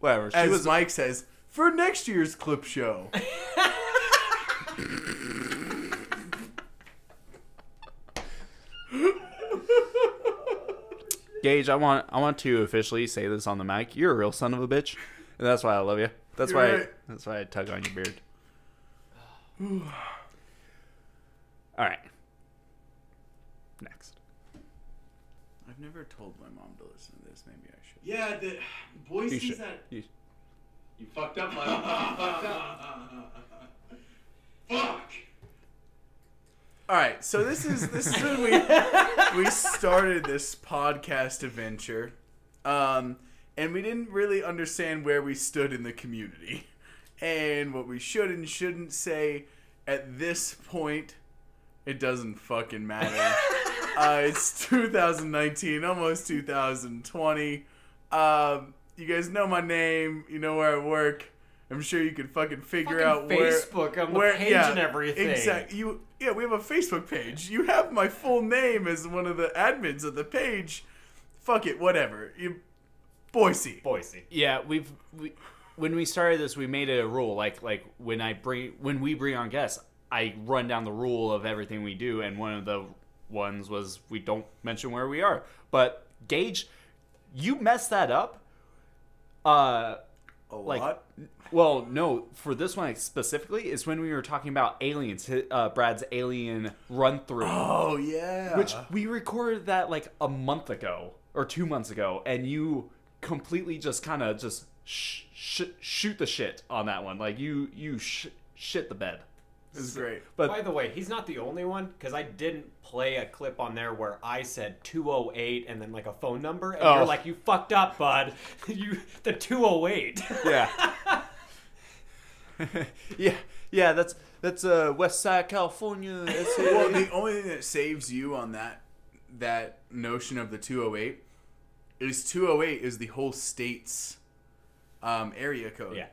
Speaker 3: whatever. She
Speaker 1: As
Speaker 3: was.
Speaker 1: Mike says, for next year's clip (laughs) show.
Speaker 3: Gage, I want I want to officially say this on the mic. You're a real son of a bitch, and that's why I love you. That's
Speaker 1: You're
Speaker 3: why
Speaker 1: right.
Speaker 3: that's why I tug on your beard. All right. Next.
Speaker 1: I've never told my mom to listen to this. Maybe I should.
Speaker 4: Yeah, the boy
Speaker 3: You
Speaker 4: sees
Speaker 3: should.
Speaker 4: that.
Speaker 3: You,
Speaker 17: You fucked up, Mike. You fucked up.
Speaker 4: Fuck.
Speaker 1: All right, so this is this is when (laughs) we we started this podcast adventure, um, and we didn't really understand where we stood in the community, and what we should and shouldn't say. At this point, it doesn't fucking
Speaker 2: (laughs)
Speaker 1: matter. uh, it's 2019, almost 2020. Um, you guys know my name. You know where I work. I'm sure you can fucking figure out
Speaker 2: Fucking
Speaker 1: where
Speaker 2: Facebook on the page and everything.
Speaker 1: Exactly. You yeah, we have a Facebook page. You have my full name as one of the admins of the page. Fuck it, whatever. You Boise.
Speaker 2: Boise.
Speaker 22: Yeah, we've we, when we started this, we made it a rule. Like like when I bring when we bring on guests, I run down the rule of everything we do, and one of the ones was we don't mention where we are. But Gage, you messed that up. Uh,
Speaker 1: a
Speaker 22: like-
Speaker 1: lot.
Speaker 22: well, no, for this one specifically, is when we were talking about aliens, hi- uh, Brad's alien run through.
Speaker 1: Oh yeah.
Speaker 22: Which
Speaker 3: Uh-huh.
Speaker 22: we recorded that like a month ago or two months ago, and you completely just kind of just sh- sh- shoot the shit on that one. Like you you sh- shit the bed.
Speaker 1: is great.
Speaker 22: But-
Speaker 2: By the way, he's not the only one because I didn't play a clip on there where I said 208 and then like a phone number, and
Speaker 3: Oh.
Speaker 2: you're like, "You fucked up, bud. (laughs) you the (laughs) 208."
Speaker 3: yeah. (laughs) yeah. Yeah. That's that's uh, West Side California. That's it.
Speaker 22: (laughs)
Speaker 1: Well, the only thing that saves you on that that notion of the 208 is 208 is the whole state's um, area code.
Speaker 2: (laughs) yeah.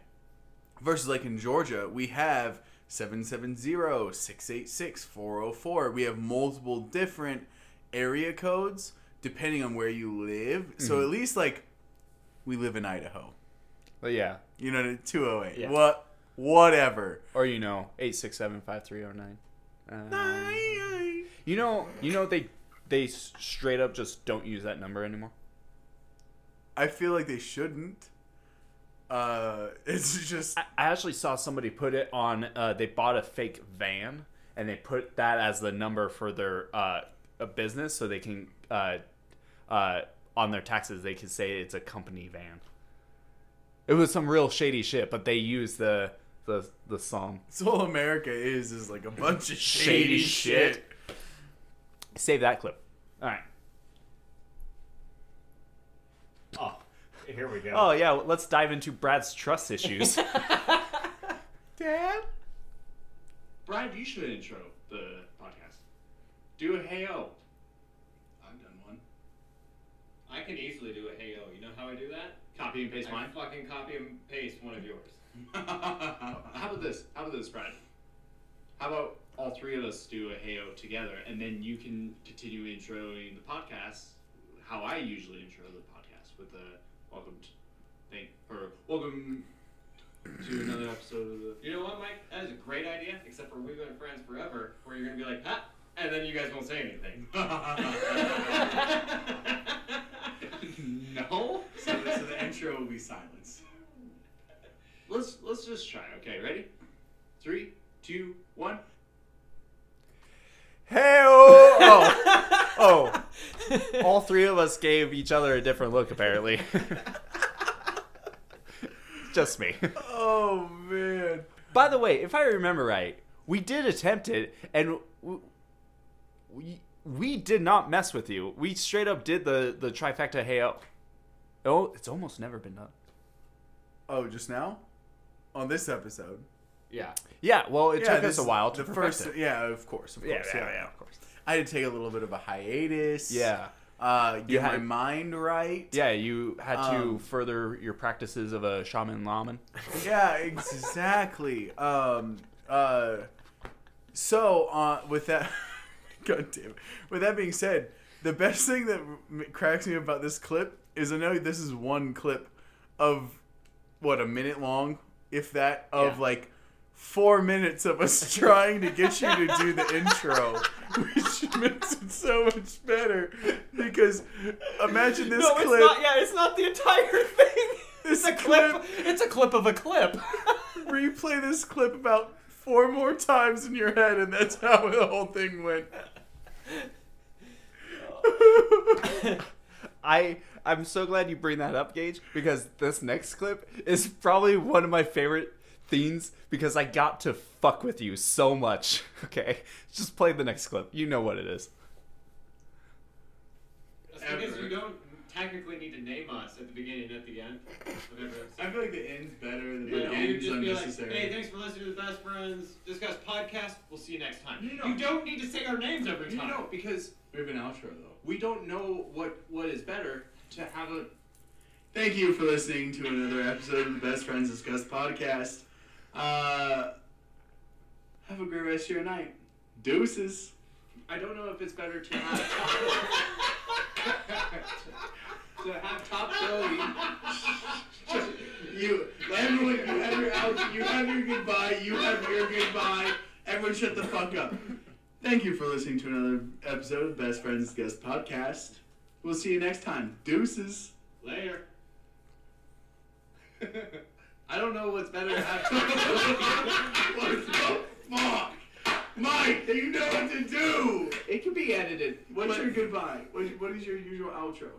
Speaker 1: versus like in Georgia, we have 770-686-404. We have multiple different area codes depending on where you live.
Speaker 2: Mm-hmm.
Speaker 1: So at least like we live in Idaho.
Speaker 3: But yeah.
Speaker 1: You know, 208.
Speaker 2: Yeah.
Speaker 1: What whatever.
Speaker 3: Or you know, eight six seven five three zero nine. Um, You know. You know they they s- straight up just don't use that number anymore.
Speaker 1: I feel like they shouldn't. Uh (laughs) it's just
Speaker 3: I I actually saw somebody put it on. Uh, they bought a fake van and they put that as the number for their uh, a business, so they can uh, uh, on their taxes they can say it's a company van. It was some real shady shit, but they used the the the song.
Speaker 1: it's all America is is like a bunch of shady,
Speaker 3: Shady
Speaker 1: shit.
Speaker 3: shit. Save that clip. All right.
Speaker 2: Oh, Here we go.
Speaker 22: Oh yeah, let's dive into Brad's trust issues. Dad.
Speaker 17: Brad, you should intro the podcast. Do a heyo.
Speaker 4: I've done one.
Speaker 20: I can easily do a hey oh. You know how I do that?
Speaker 17: Copy and paste
Speaker 20: I
Speaker 17: mine.
Speaker 20: fucking copy and paste one of yours.
Speaker 17: How about this? How about this, Brad? How about all three of us do a heyo together, and then you can continue introing the podcast how I usually intro the podcast with a welcome to, thank or welcome to another episode of the.
Speaker 20: You know what, Mike? That is a great idea, except for we've been friends forever, where you're gonna be like, ha, and then you guys won't say anything.
Speaker 17: (laughs)
Speaker 20: (laughs)
Speaker 17: no.
Speaker 4: So the, so the intro will be silence.
Speaker 17: Let's let's just try. Okay, ready? Three, two, one.
Speaker 3: Hey oh oh
Speaker 1: (laughs)
Speaker 3: oh! All three of us gave each other a different look. Apparently, (laughs) just me.
Speaker 1: Oh man.
Speaker 3: By the way, if I remember right, we did attempt it, and w- we we did not mess with you. We straight up did the the trifecta. Hey oh, oh! It's almost never been done.
Speaker 1: Oh, just now? On this episode.
Speaker 2: Yeah.
Speaker 3: Yeah, well, it
Speaker 1: Yeah,
Speaker 3: took us
Speaker 1: this-
Speaker 3: a while to
Speaker 1: the
Speaker 3: perfect
Speaker 1: first
Speaker 3: it.
Speaker 1: yeah, of course, of course. Yeah,
Speaker 3: of course.
Speaker 1: I had to take a little bit of a hiatus.
Speaker 3: Yeah,
Speaker 1: Uh get
Speaker 3: You
Speaker 1: my
Speaker 3: had-
Speaker 1: mind right.
Speaker 3: yeah, you had to
Speaker 1: Um,
Speaker 3: further your practices of a shaman laman.
Speaker 1: yeah, exactly. Um, uh, so uh, with that, (laughs) God damn it. With that being said, the best thing that m- cracks me about this clip is I know this is one clip of what a minute long, if that, of like four minutes of us (laughs) trying to get you to do the intro, (laughs) which makes (laughs) it so much better because imagine this
Speaker 22: no,
Speaker 1: (laughs)
Speaker 22: it's
Speaker 1: clip.
Speaker 22: not. Yeah, it's not the
Speaker 2: (laughs)
Speaker 22: entire thing. It's a clip. It's a clip of a clip.
Speaker 1: replay this clip about four more times in your head, and that's how the whole thing went.
Speaker 3: (laughs) I I'm so glad you bring that up, Gage, because this next clip is probably one of my favorite themes because I got to fuck with you so much. (laughs) Okay, just play the next clip. You know what it is.
Speaker 20: As long as you don't technically need to name us at the beginning and at the end of every episode.
Speaker 4: I feel like the end's better than the
Speaker 20: You know, you
Speaker 4: beginning's
Speaker 20: just be like,
Speaker 4: unnecessary.
Speaker 20: hey, thanks for listening to the Best Friends Discuss podcast. We'll see you next time.
Speaker 17: No, no.
Speaker 20: You don't need to say our names every
Speaker 17: No,
Speaker 20: time.
Speaker 17: no, because
Speaker 4: we have an outro though.
Speaker 17: we don't know what what is better to have a
Speaker 4: Thank you for listening to another episode of the Best Friends Discuss podcast. Uh, have a great rest of your night. Deuces.
Speaker 17: I don't know if it's better to have (laughs) to have top billing.
Speaker 4: You, everyone, you have your out, you have your goodbye, you have your goodbye. Everyone, shut the fuck up. Thank you for listening to another episode of Best Friends Guest Podcast. We'll see you next time. Deuces.
Speaker 20: Later.
Speaker 17: (laughs) I don't know what's better to have top
Speaker 4: What the fuck, Mike? You know what to do.
Speaker 17: It can be edited.
Speaker 4: What's
Speaker 17: What's
Speaker 4: your goodbye? What, what is your usual outro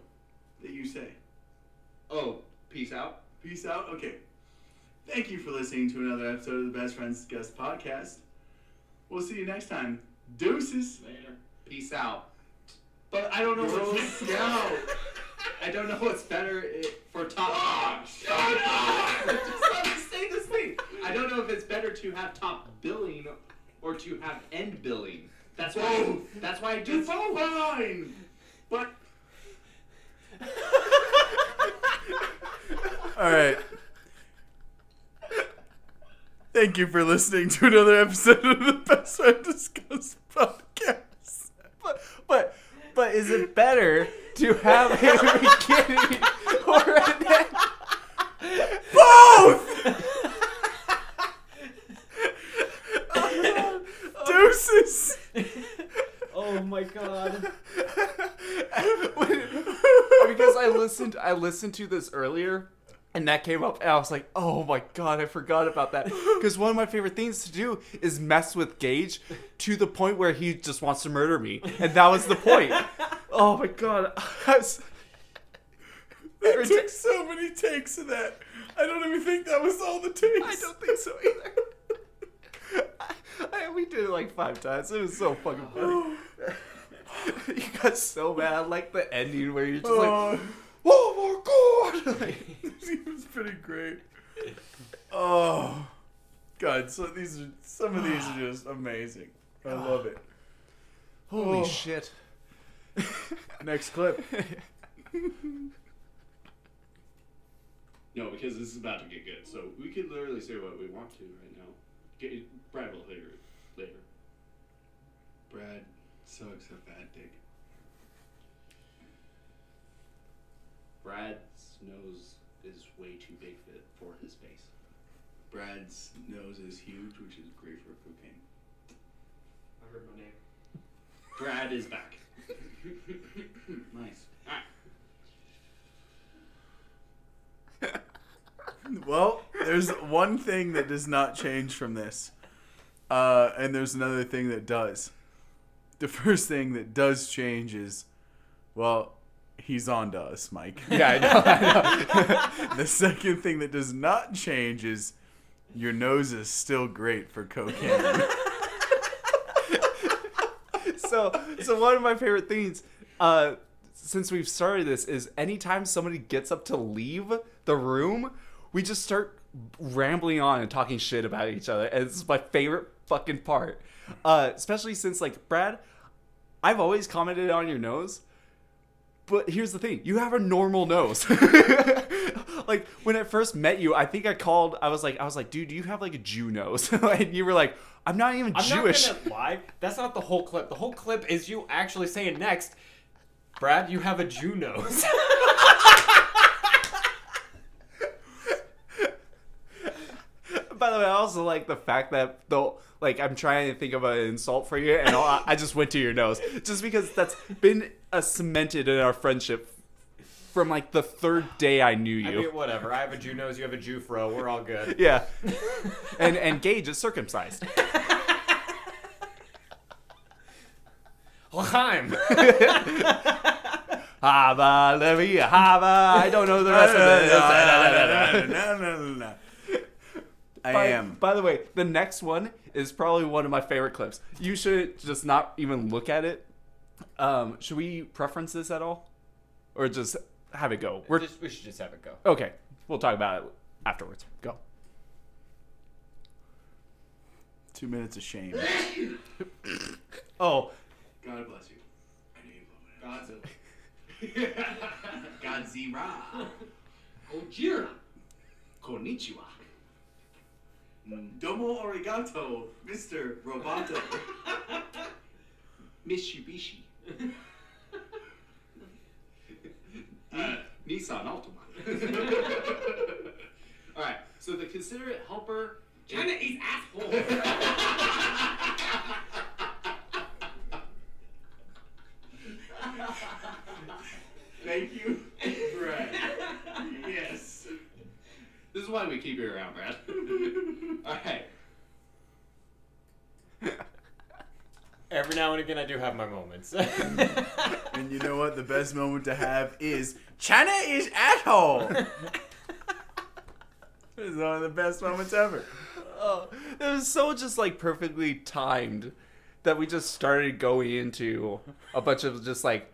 Speaker 4: that you say?
Speaker 17: Oh, peace out.
Speaker 4: Peace out. Okay. Thank you for listening to another episode of the Best Friends Guest Podcast. We'll see you next time. Deuces.
Speaker 20: Later.
Speaker 17: Peace out. But I don't know
Speaker 4: Girl
Speaker 17: what's
Speaker 4: Scout.
Speaker 17: I don't know what's better i- for top. (laughs) Just let me say this thing. I don't know if it's better to have top billing or to have end billing. That's why.
Speaker 4: Both.
Speaker 17: That's why I do both.
Speaker 4: Fine.
Speaker 3: (laughs)
Speaker 4: But
Speaker 1: All right. (laughs) Thank you for listening to another episode of the Best I Discuss podcast.
Speaker 3: But but but is it better to have a beginning or an end?
Speaker 1: Both.
Speaker 17: (laughs)
Speaker 3: (laughs)
Speaker 1: Deuces.
Speaker 2: (laughs)
Speaker 22: oh my
Speaker 3: (laughs)
Speaker 22: god.
Speaker 3: because I listened I listened to this earlier and that came up and I was like, "Oh my god, I forgot about that." Cuz one of my favorite things to do is mess with Gage to the point where he just wants to murder me. And that was the point. oh my god. (laughs) I was
Speaker 1: It took so many takes of that. I don't even think that was all the takes.
Speaker 3: I don't think so either. I, I, we did it like five times. It was so fucking
Speaker 1: (sighs)
Speaker 3: funny. (laughs) you got so mad, like the ending where you're just like,
Speaker 1: Oh.
Speaker 3: "Whoa, more oh god! (laughs) Like,
Speaker 1: (laughs) it was pretty great. Oh, God! So these are some of these are
Speaker 17: (sighs)
Speaker 1: just amazing. I love it.
Speaker 3: holy
Speaker 1: Oh.
Speaker 3: shit.
Speaker 1: (laughs) Next clip.
Speaker 17: No, because this is about to get good. So we could literally say what we want to right now. Get, Brad will hear it later. Brad sucks a bad dick. Brad's nose is way too big fit for his face. Brad's nose is huge, which is great for cocaine.
Speaker 20: I heard my name.
Speaker 17: Brad is back. (laughs) nice. All right.
Speaker 1: Well, there's one thing that does not change from this, uh, and there's another thing that does. The first thing that does change is, well, he's on to us, Mike.
Speaker 3: Yeah, I know.
Speaker 1: (laughs) the second thing that does not change is your nose is still great for cocaine. (laughs)
Speaker 3: so so one of my favorite things uh since we've started this is anytime somebody gets up to leave the room we just start rambling on and talking shit about each other and it's my favorite fucking part uh especially since like brad i've always commented on your nose but here's the thing you have a normal nose (laughs) like when i first met you i think i called i was like i was like dude you have like a jew nose (laughs) and you were like i'm not even
Speaker 2: I'm
Speaker 3: jewish
Speaker 2: not gonna lie. That's not the whole clip. The whole clip is you actually saying next, Brad, you have a Jew nose. (laughs)
Speaker 3: By the way, I also like the fact that though, like I'm trying to think of an insult for you, and all, I just went to your nose, just because that's been uh, cemented in our friendship from like the third day I knew you.
Speaker 2: I mean, whatever. I have a Jew nose. You have a Jew fro. We're all good. (laughs)
Speaker 3: yeah, and and Gage is circumcised. (laughs)
Speaker 2: L'chaim.
Speaker 3: Hava Levi, Hava. I don't know the rest of
Speaker 1: (laughs)
Speaker 3: it.
Speaker 1: I
Speaker 3: By-
Speaker 1: am.
Speaker 3: By the way, the next one is probably one of my favorite clips. You should just not even look at it. Um, should we preference this at all, or just have it go? We're
Speaker 2: Just- we should just have it go.
Speaker 3: okay. We'll talk about it afterwards. Go.
Speaker 1: Two minutes of shame.
Speaker 3: Oh,
Speaker 17: God bless you. I know you love it. Godzilla. Godzilla. Gojira. Konnichiwa. Domo arigato, Mr. Roboto. Mitsubishi. uh, Nissan (laughs) Altima. Alright, so the considerate helper. China eats
Speaker 3: (laughs)
Speaker 17: asshole. Thank you, Brad. yes. This is why we keep you around, Brad. All right.
Speaker 2: Every now and again, I do have my moments. (laughs)
Speaker 1: And you know what? The best moment to have is China is at (laughs) home. It's one of the best moments ever.
Speaker 3: oh, it was so just like perfectly timed that we just started going into a bunch of just like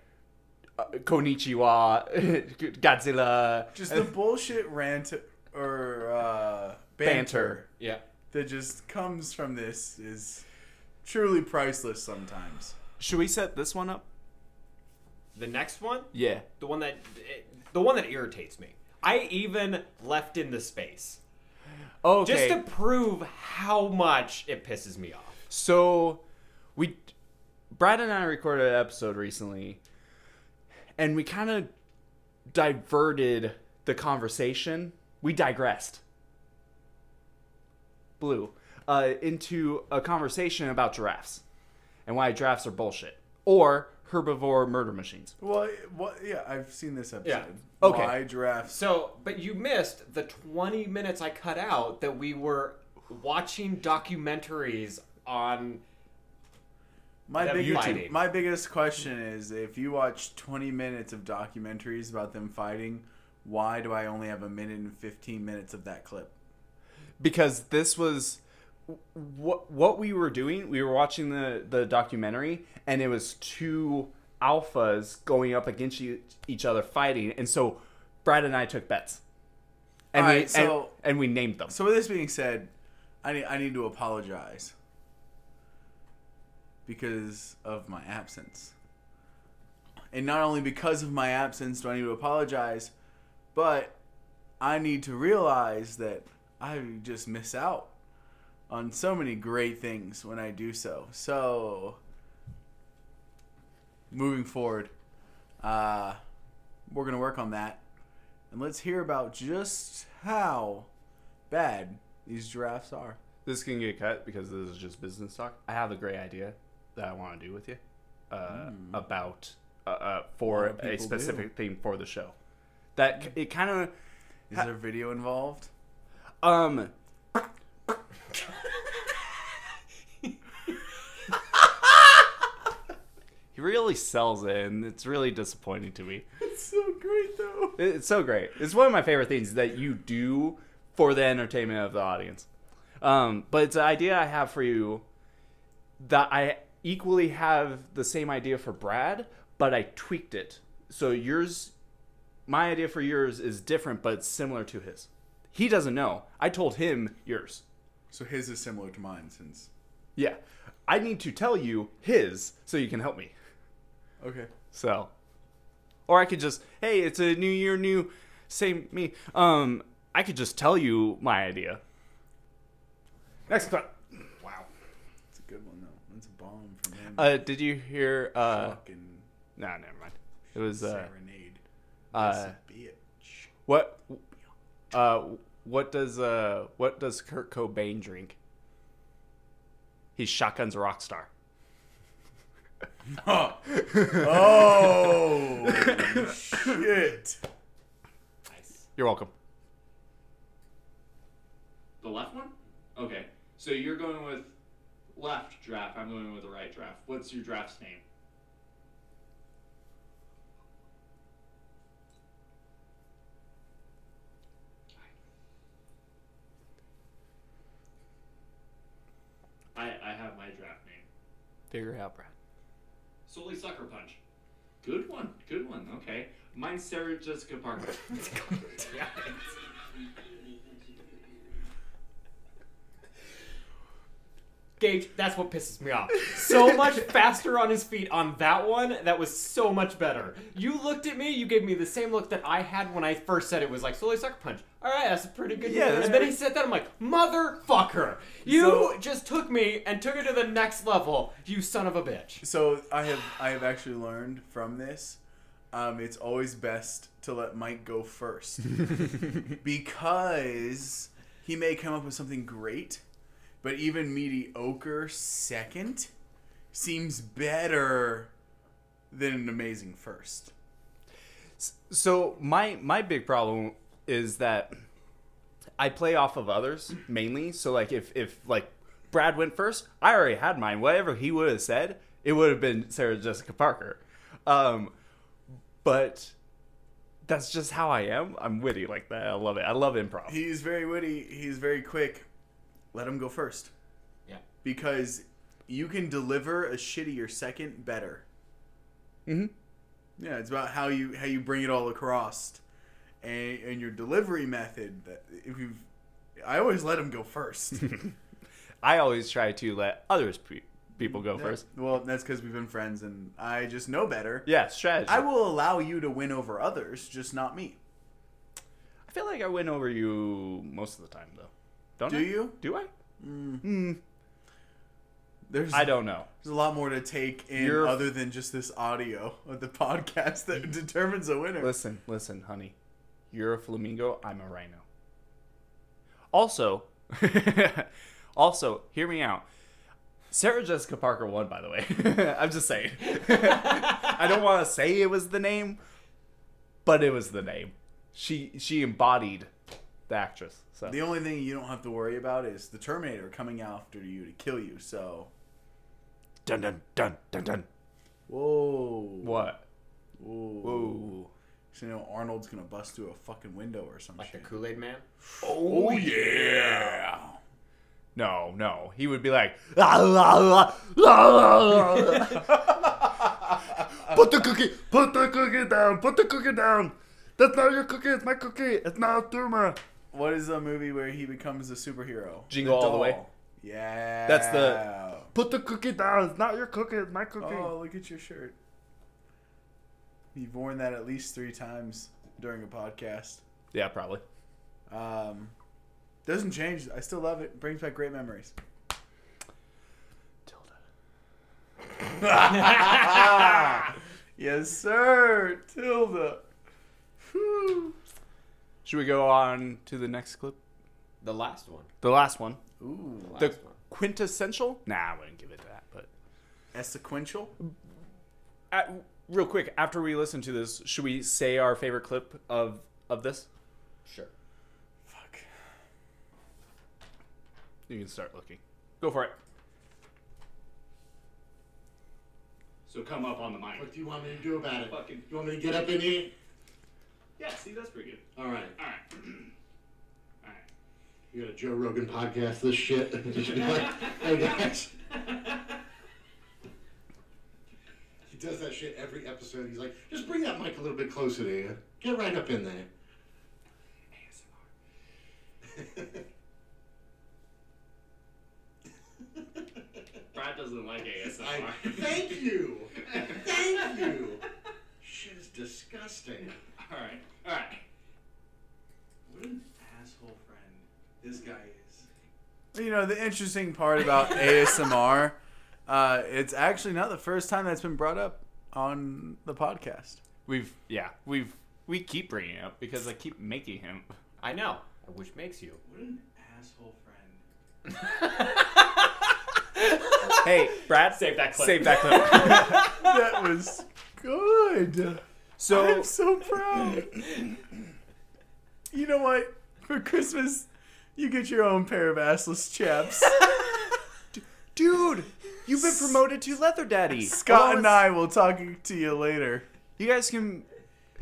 Speaker 3: uh, Konichiwa, (laughs) Godzilla,
Speaker 1: Just the bullshit rant or uh, banter,
Speaker 3: Banter.
Speaker 2: yeah.
Speaker 1: that just comes from this is truly priceless. Sometimes
Speaker 3: Should we set this one up?
Speaker 2: The next one,
Speaker 3: Yeah.
Speaker 2: the one that, the one that irritates me. I even left in the space
Speaker 3: Okay.
Speaker 2: just to prove how much it pisses me off.
Speaker 3: So we Brad and I recorded an episode recently and we kind of diverted the conversation. We digressed. Blue uh, into a conversation about giraffes and why giraffes are bullshit or herbivore murder machines.
Speaker 1: Well, what? Yeah, I've seen this episode.
Speaker 3: Yeah. Okay.
Speaker 1: Why giraffes?
Speaker 2: So, but you missed the 20 minutes I cut out that we were watching documentaries on.
Speaker 1: My
Speaker 2: Them
Speaker 1: biggest,
Speaker 2: fighting.
Speaker 1: my biggest question is if you watch 20 minutes of documentaries about them fighting, why do I only have a minute and 15 minutes of that clip?
Speaker 3: because this was what what we were doing. We were watching the the documentary, and it was two alphas going up against e- each other fighting, and so Brad and I took bets, and
Speaker 1: All
Speaker 3: we
Speaker 1: right,
Speaker 3: and-
Speaker 1: so-
Speaker 3: and, we named them.
Speaker 1: So with this being said, I need I need to apologize because of my absence. And not only because of my absence do I need to apologize, but I need to realize that I just miss out on so many great things when I do so. So moving forward, uh, we're gonna work on that. And let's hear about just how bad these giraffes are.
Speaker 3: This can get cut because this is just business talk. I have a great idea that I want to do with you uh, about uh, uh,
Speaker 1: A
Speaker 3: for
Speaker 1: lot of
Speaker 3: a
Speaker 1: people
Speaker 3: specific theme for the show. That c- it kind of
Speaker 1: Is there video involved?
Speaker 3: Um. he really sells it, and it's really disappointing to me.
Speaker 1: It's so great though.
Speaker 3: It- It's so great. It's one of my favorite things that you do for the entertainment of the audience. Um, but it's an idea I have for you that I equally have the same idea for Brad, but I tweaked it. So yours, my idea for yours is different, but it's similar to his. He doesn't know. I told him yours.
Speaker 1: So his is similar to mine since.
Speaker 3: Yeah. I need to tell you his so you can help me.
Speaker 1: Okay.
Speaker 3: So, or I could just, hey, it's a new year, new, same me. Um, I could just tell you my idea. Next clip. Wow.
Speaker 1: It's a good one though. That's a bomb from him.
Speaker 3: Uh, did you hear? Uh,
Speaker 1: Fucking
Speaker 3: no, never mind. It was uh,
Speaker 1: serenade.
Speaker 3: uh,
Speaker 1: bitch. (laughs)
Speaker 3: what, uh, what does uh, what does Kurt Cobain drink? He shotguns a rock star.
Speaker 1: (laughs) Oh shit.
Speaker 3: You're welcome.
Speaker 17: The left one? Okay. So you're going with left draft. I'm going with the right draft. What's your draft's name? I, I have my draft name.
Speaker 3: Figure it out, Brad.
Speaker 17: Solely Sucker Punch. Good one. Good one. Okay. Mine's Sarah Jessica Parker.
Speaker 2: Gage, that's what pisses me off. So much faster on his feet on that one. That was so much better. You looked at me. You gave me the same look that I had when I first said it was like slowly sucker punch. All right, that's a pretty good.
Speaker 1: Yeah,
Speaker 2: Yeah.
Speaker 1: that's
Speaker 2: And then
Speaker 1: right.
Speaker 2: he said that I'm like motherfucker. You just took me and took it to the next level. You son of a bitch.
Speaker 1: So I have I have actually learned from this. Um, it's always best to let Mike go first because he may come up with something great, but even mediocre second seems better than an amazing first.
Speaker 3: so my my big problem is that I play off of others mainly. So like if if like Brad went first, I already had mine. Whatever he would have said, it would have been Sarah Jessica Parker. Um, but that's just how I am. I'm witty like that. I love it. I love improv.
Speaker 1: He's very witty. He's very quick. Let him go first.
Speaker 2: Yeah.
Speaker 1: Because you can deliver a shittier second better.
Speaker 3: Mhm.
Speaker 1: Yeah, it's about how you how you bring it all across, and and your delivery method. That if you, I always let him go first.
Speaker 3: (laughs) I always try to let others pe- people go first.
Speaker 1: Well, that's because we've been friends, and I just know better.
Speaker 3: Yeah, strategy. I
Speaker 1: I will allow you to win over others, just not me.
Speaker 3: feel like I win over you most of the time though. Don't
Speaker 1: Do
Speaker 3: I?
Speaker 1: you?
Speaker 3: Do I? Hmm.
Speaker 1: There's
Speaker 3: I don't know.
Speaker 1: There's a lot more to take in
Speaker 3: You're-
Speaker 1: other than just this audio of the (laughs) podcast that determines a
Speaker 3: (laughs)
Speaker 1: winner.
Speaker 3: Listen, listen, honey. You're a flamingo, I'm a rhino. Also, (laughs) also, hear me out. Sarah Jessica Parker won, by the way. (laughs) I'm just saying. (laughs) I don't want to say it was the name, but it was the name. She she embodied the actress. So
Speaker 1: The only thing you don't have to worry about is the Terminator coming after you to kill you. So,
Speaker 3: dun dun dun dun dun.
Speaker 1: whoa,
Speaker 3: What?
Speaker 1: whoa,
Speaker 3: Whoa.
Speaker 1: So you know Arnold's gonna bust through a fucking window or some
Speaker 2: Like the
Speaker 1: shit.
Speaker 2: Kool Aid Man.
Speaker 1: oh yeah.
Speaker 3: No, no. He would be like, (laughs) la la la la la. (laughs) la." put the cookie, put the cookie down, put the cookie down. That's not your cookie. It's my cookie. It's not Duma.
Speaker 1: What is a movie where he becomes a superhero?
Speaker 3: Jingle All the Way.
Speaker 1: doll. Yeah.
Speaker 3: That's the- Put the cookie down. It's not your cookie. It's my cookie.
Speaker 1: Oh, look at your shirt. You've worn that at least three times during a podcast.
Speaker 3: Yeah, probably.
Speaker 1: Um, doesn't change. I still love it. Brings back great memories. Tilda. yes, sir. Tilda. Whew.
Speaker 3: Should we go on to the next clip?
Speaker 2: The last one.
Speaker 3: The last one.
Speaker 1: Ooh.
Speaker 2: The last
Speaker 3: The-
Speaker 2: one.
Speaker 3: Quintessential? Nah, I wouldn't give it that, but.
Speaker 1: That's sequential.
Speaker 3: At, real quick, after we listen to this, should we say our favorite clip of of this?
Speaker 2: Sure.
Speaker 1: Fuck.
Speaker 3: You can start looking. Go for it.
Speaker 17: So come up on the mic.
Speaker 4: What do you want me to do about it?
Speaker 17: Fucking
Speaker 4: You want me to get up in here?
Speaker 17: yeah. See, that's pretty good.
Speaker 4: All right.
Speaker 17: All right. All right.
Speaker 4: You got a Joe Rogan podcast, this shit. (laughs) Just be like, hey guys. He does that shit every episode. He's like, just bring that mic a little bit closer to you. Get right up in there.
Speaker 17: Brad doesn't like
Speaker 4: (laughs)
Speaker 17: ASMR.
Speaker 4: I,
Speaker 17: (laughs)
Speaker 4: thank you. Thank you. Shit is disgusting.
Speaker 17: All right. All right.
Speaker 4: What an asshole friend this guy is.
Speaker 1: You know, the interesting part (laughs) about ASMR, uh, it's actually not the first time that's been brought up on the podcast.
Speaker 3: We've yeah, we've we keep bringing it up because I keep making him.
Speaker 2: I know. Which makes you.
Speaker 4: What an asshole friend.
Speaker 3: Hey, Brad,
Speaker 2: Save that clip.
Speaker 3: save
Speaker 4: (laughs)
Speaker 3: that clip.
Speaker 1: That was good.
Speaker 3: So
Speaker 1: I'm so proud. you know what? For Christmas, you get your own pair of assless chaps.
Speaker 3: (laughs) dude, you've been promoted to leather daddy.
Speaker 1: Scott
Speaker 3: Well,
Speaker 1: and I will talk to you later.
Speaker 3: You guys can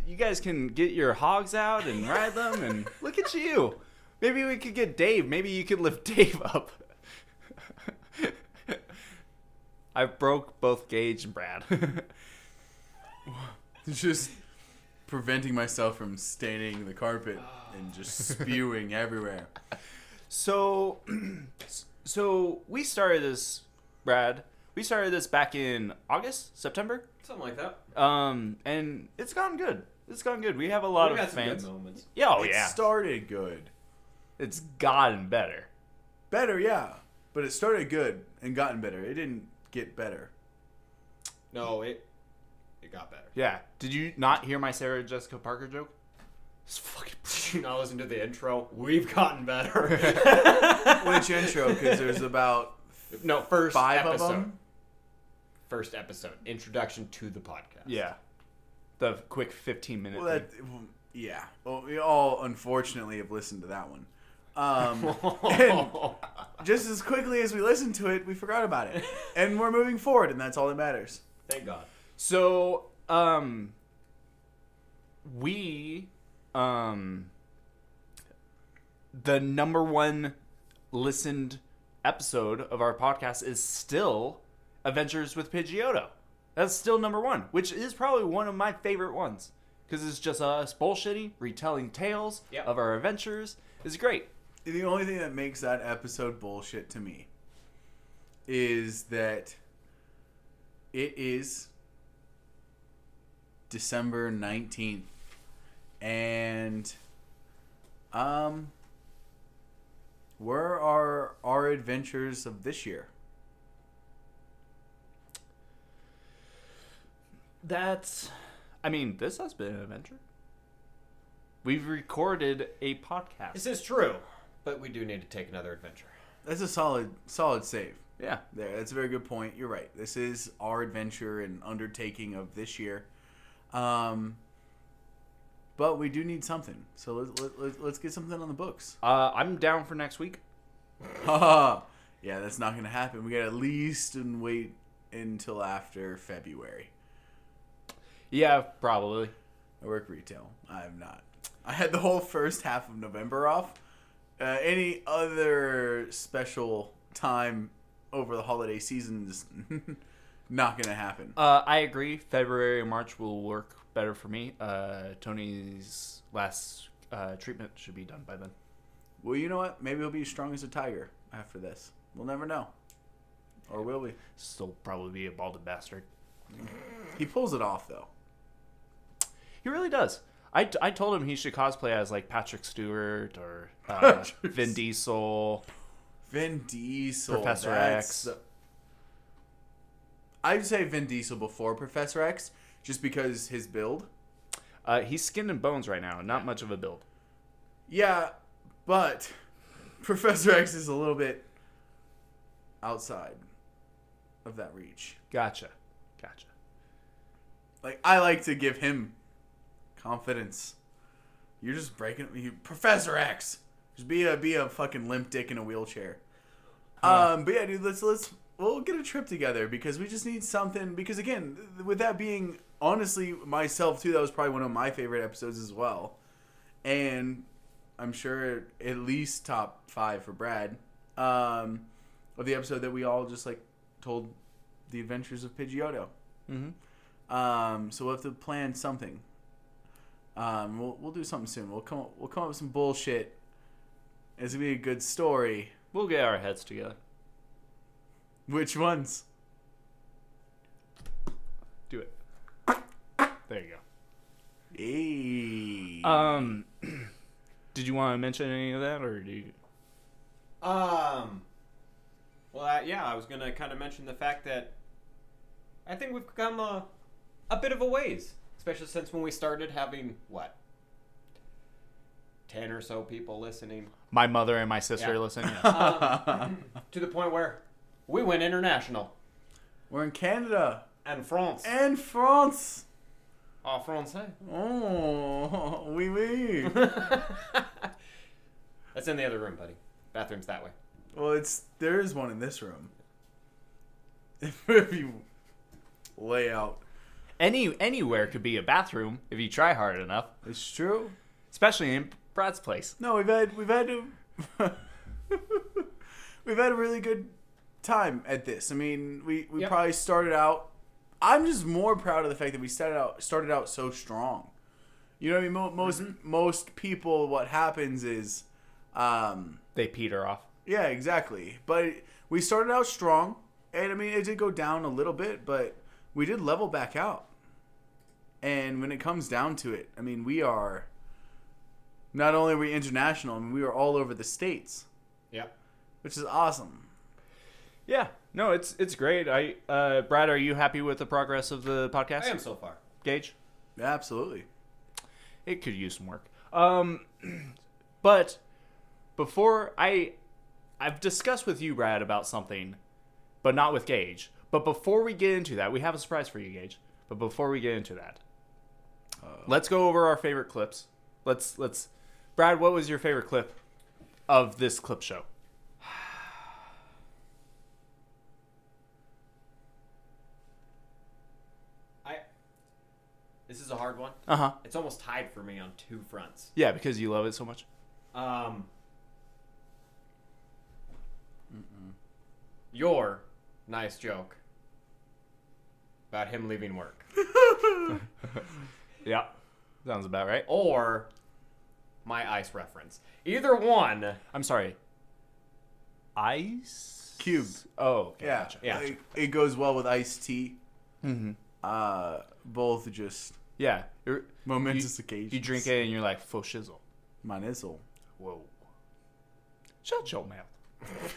Speaker 3: you guys can get your hogs out and ride
Speaker 1: (laughs)
Speaker 3: them and look at you. Maybe we could get Dave. Maybe you could lift Dave up. (laughs) I broke both Gage and Brad. (laughs)
Speaker 1: Just preventing myself from staining the carpet and just (laughs) spewing everywhere.
Speaker 3: So, (clears throat) so we started this, Brad. We started this back in August, September,
Speaker 2: (laughs) Something like that.
Speaker 3: um, and it's gone good. It's gone good. We have a
Speaker 2: we
Speaker 3: lot of
Speaker 2: got
Speaker 3: fans.
Speaker 2: some good moments.
Speaker 3: yeah, oh
Speaker 1: it
Speaker 3: yeah,
Speaker 1: started good.
Speaker 3: it's gotten better.
Speaker 1: Better, yeah. But it started good and gotten better. It didn't get better.
Speaker 2: No, it it got better.
Speaker 3: Yeah. Did you not hear my Sarah Jessica Parker joke? It's fucking.
Speaker 2: (laughs) Now listen to the intro. We've gotten better. (laughs)
Speaker 1: Which intro? Because there's about
Speaker 2: no first
Speaker 1: five
Speaker 2: episode.
Speaker 1: of them.
Speaker 2: First episode. Introduction to the podcast.
Speaker 3: yeah. The quick fifteen minute.
Speaker 1: Well, that, well, yeah. Well, we all unfortunately have listened to that one. Um, and just as quickly as we listened to it, we forgot about it, and we're moving forward, and that's all that matters.
Speaker 2: Thank God.
Speaker 3: So, um, we, um, the number one listened episode of our podcast is still Adventures with Pidgeotto. That's still number one, which is probably one of my favorite ones because it's just us bullshitting, retelling tales
Speaker 2: Yep.
Speaker 3: of our adventures. It's great.
Speaker 1: The only thing that makes that episode bullshit to me is that it is December 19th and um where are our adventures of this year?
Speaker 3: That's, I mean, this has been an adventure. We've recorded a podcast.
Speaker 2: This is true, but we do need to take another adventure.
Speaker 1: That's a solid solid save.
Speaker 3: yeah.
Speaker 1: There, that's a very good point. You're right. This is our adventure and undertaking of this year. Um, but we do need something. So let's, let, let, let's get something on the books. (laughs)
Speaker 3: Uh, I'm down for next week.
Speaker 1: yeah, that's not going to happen. We got to at least and wait until after February.
Speaker 3: Yeah, probably.
Speaker 1: I work retail. I'm not. I had the whole first half of November off. Uh, any other special time over the holiday season is (laughs) Not gonna happen.
Speaker 3: Uh, I agree. February or March will work better for me. Uh, Tony's last uh, treatment should be done by then.
Speaker 1: Well, you know what? Maybe he'll be as strong as a tiger after this. We'll never know. Or will we?
Speaker 3: Still probably be a balded bastard.
Speaker 1: He pulls it off though.
Speaker 3: He really does. I, I told him he should cosplay as like Patrick Stewart (laughs) or uh, Vin Diesel.
Speaker 1: Vin Diesel.
Speaker 3: Professor
Speaker 1: that's-
Speaker 3: X.
Speaker 1: I'd say Vin Diesel before Professor X, just because his build.
Speaker 3: Uh, he's skin and bones right now. Not much of a build.
Speaker 1: Yeah, but (laughs) Professor X is a little bit outside of that reach.
Speaker 3: Gotcha. Gotcha.
Speaker 1: Like I like to give him confidence. You're just breaking you Professor X. Just be a be a fucking limp dick in a wheelchair. Um, but yeah, dude, let's let's we'll get a trip together because we just need something. Because again, th- with that being honestly myself too, that was probably one of my favorite episodes as well, and I'm sure at least top five for Brad um, of the episode that we all just like told the adventures of Pidgeotto.
Speaker 3: Mm-hmm.
Speaker 1: Um, so we'll have to plan something. Um, we'll, we'll do something soon. We'll come up, we'll come up with some bullshit. It's gonna be a good story.
Speaker 3: We'll get our heads together.
Speaker 1: Which ones?
Speaker 3: Do it. There you
Speaker 1: Hey.
Speaker 3: go. Um, (clears throat) did you want to mention any of that, or do you?
Speaker 2: Um. Well, I, yeah, I was gonna kind of mention the fact that I think we've come a, a bit of a ways, especially since when we started having what ten or so people listening
Speaker 3: My mother and my sister
Speaker 2: Yeah. Um,
Speaker 3: listening.
Speaker 2: (laughs) to the point where we went international
Speaker 1: We're in Canada
Speaker 2: and France.
Speaker 1: and France.
Speaker 2: Ah, français.
Speaker 1: Oh, (laughs) oui, oui.
Speaker 2: That's in the other room, buddy. Bathroom's that way.
Speaker 1: well, it's there is one in this room. (laughs) if you lay out,
Speaker 3: Any anywhere could be a bathroom if you try hard enough,
Speaker 1: it's true.
Speaker 3: especially in Brad's place.
Speaker 1: No, we've had we've had (laughs) a, we've had a really good time at this. I mean, we, we
Speaker 2: Yep.
Speaker 1: probably started out. I'm just more proud of the fact that we started out started out so strong. You know what I mean? Mo- most most people, what happens is, um,
Speaker 3: They peter off.
Speaker 1: yeah, exactly. But we started out strong, and I mean, it did go down a little bit, but we did level back out. And when it comes down to it, I mean, we are not only are we international, I mean, we are all over the states,
Speaker 2: Yep.
Speaker 1: which is awesome.
Speaker 3: Yeah. No, it's it's great. I uh, Brad, are you happy with the progress of the podcast?
Speaker 2: I am so far.
Speaker 3: Gage.
Speaker 1: Absolutely.
Speaker 3: It could use some work. Um, (clears throat) but before I, I've discussed with you, Brad, about something, but not with Gage. But before we get into that, we have a surprise for you, Gage. But before we get into that, let's go over our favorite clips. Let's let's, Brad, what was your favorite clip of this clip show?
Speaker 2: I. This is a hard one.
Speaker 3: Uh huh.
Speaker 2: It's almost tied for me on two fronts.
Speaker 3: Yeah, because you love it so much.
Speaker 2: Um, your nice joke about him leaving work,
Speaker 3: Yeah, sounds about right.
Speaker 2: or my ice reference. Either one.
Speaker 3: I'm sorry. Ice
Speaker 1: Cube.
Speaker 3: Oh, okay,
Speaker 1: Yeah.
Speaker 3: gotcha.
Speaker 2: Yeah.
Speaker 1: It, it goes well with iced tea.
Speaker 3: Mm-hmm.
Speaker 1: Uh, both just
Speaker 3: Yeah. You're,
Speaker 1: momentous occasions.
Speaker 3: You drink it and you're like, faux shizzle.
Speaker 1: My nizzle.
Speaker 3: Whoa. Shut your mouth.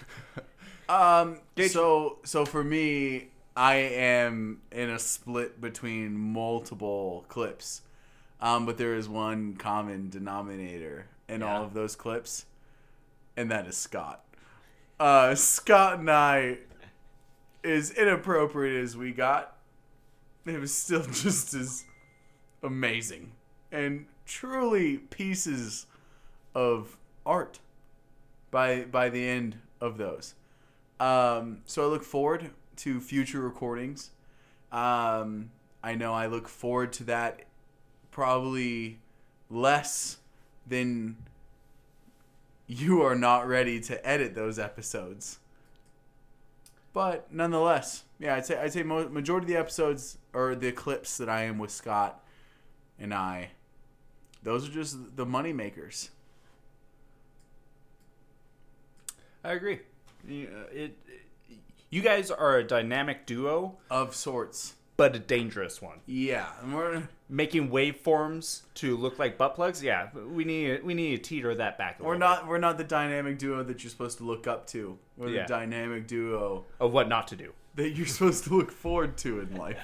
Speaker 1: Um, so so for me, I am in a split between multiple clips, um, but there is one common denominator in all
Speaker 2: Yeah.
Speaker 1: of those clips, and that is Scott. Uh, Scott and I, as inappropriate as we got, it was still (laughs) just as amazing and truly pieces of art by by the end of those. Um, so I look forward to future recordings. Um, I know I look forward to that probably less than you are not ready to edit those episodes. But nonetheless, yeah, I'd say I'd say mo- majority of the episodes or the clips that I am with Scott and I, those are just the money makers.
Speaker 3: I agree. You, uh, it, it- you guys are a dynamic duo,
Speaker 1: of sorts.
Speaker 3: but a dangerous one.
Speaker 1: Yeah, and we're
Speaker 3: Making waveforms to look like butt plugs. Yeah, we need we need to teeter that back. A
Speaker 1: we're
Speaker 3: little
Speaker 1: not we're not the dynamic duo that you're supposed to look up to. We're
Speaker 3: Yeah.
Speaker 1: the dynamic duo
Speaker 3: bit. of what not to do.
Speaker 1: that you're supposed to look forward to in life.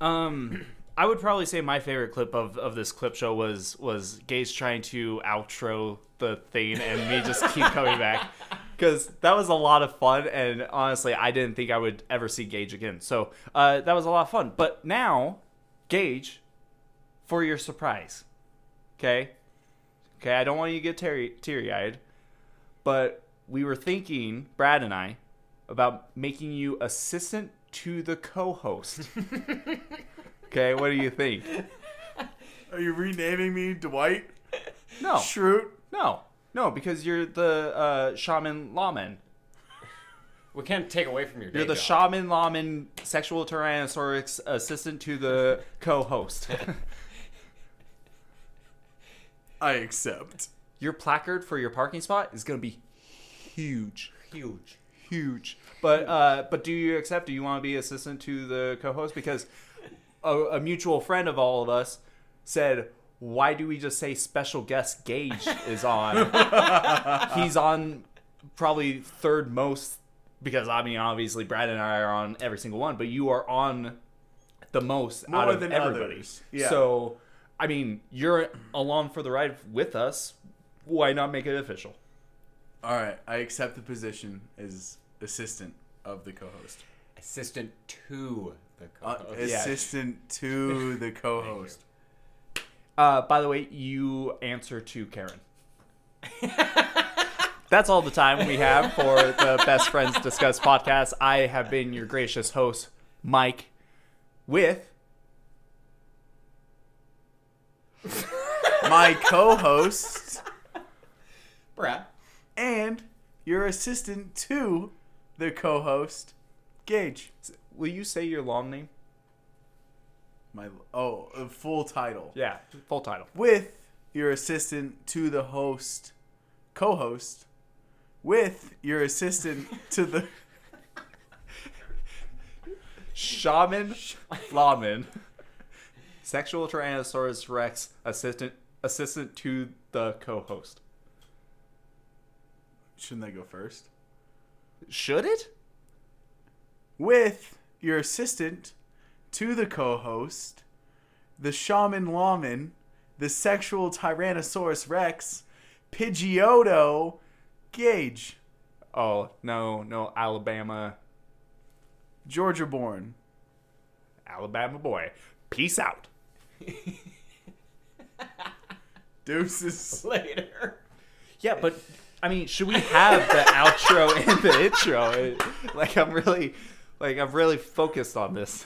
Speaker 3: Um, I would probably say my favorite clip of, of this clip show was was Gaze trying to outro the thing and me just keep coming back because that was a lot of fun and honestly I didn't think I would ever see Gage again. So uh, that was a lot of fun. But now, Gage, for your surprise, okay, okay, I don't want you to get teary teary eyed, but we were thinking Brad and I about making you assistant to the co-host. Okay, what do you think?
Speaker 1: Are you renaming me Dwight?
Speaker 3: No,
Speaker 1: Schrute?
Speaker 3: no, no, because you're the uh, shaman lawman.
Speaker 2: We can't take away from your day
Speaker 3: You're the
Speaker 2: job.
Speaker 3: shaman lawman, sexual tyrannosaurus assistant to the co-host. (laughs)
Speaker 1: I accept.
Speaker 3: your placard for your parking spot is gonna be huge,
Speaker 2: Huge.
Speaker 3: huge. But uh, but do you accept? Do you want to be assistant to the co-host? Because a, a mutual friend of all of us said. Why do we just say special guest Gage is
Speaker 1: (laughs)
Speaker 3: on? he's on probably third most because I mean obviously Brad and I are on every single one, but you are on the most
Speaker 1: More
Speaker 3: out of
Speaker 1: than
Speaker 3: everybody.
Speaker 1: others, yeah.
Speaker 3: So I mean you're along for the ride with us. Why not make it official?
Speaker 1: All right, I accept the position as assistant of the co-host.
Speaker 2: Assistant to the
Speaker 1: Uh,
Speaker 2: co-host.
Speaker 1: assistant to the co-host.
Speaker 3: Uh, by the way, you answer to Karen. That's all the time we have for the Best Friends Discuss podcast. I have been your gracious host, Mike, with
Speaker 1: My co-host
Speaker 2: Brad.
Speaker 1: and your assistant to the co-host, Gage.
Speaker 3: will you say your long name?
Speaker 1: My oh, a full title.
Speaker 3: Yeah, full title.
Speaker 1: With your assistant to the host, co-host. With your assistant to the (laughs)
Speaker 3: Shaman Lawman. Sexual Tyrannosaurus Rex assistant assistant to the co-host.
Speaker 1: Shouldn't I go first?
Speaker 3: Should it?
Speaker 1: With your assistant to the co-host, the shaman lawman, the sexual tyrannosaurus rex, Pidgeotto, Gage.
Speaker 3: Oh, no, no, Alabama
Speaker 1: Georgia born.
Speaker 3: Alabama boy. Peace out.
Speaker 1: Deuces.
Speaker 2: Later.
Speaker 3: Yeah, but I mean, should we have the outro and the intro? It- like I'm really like I'm really focused on this.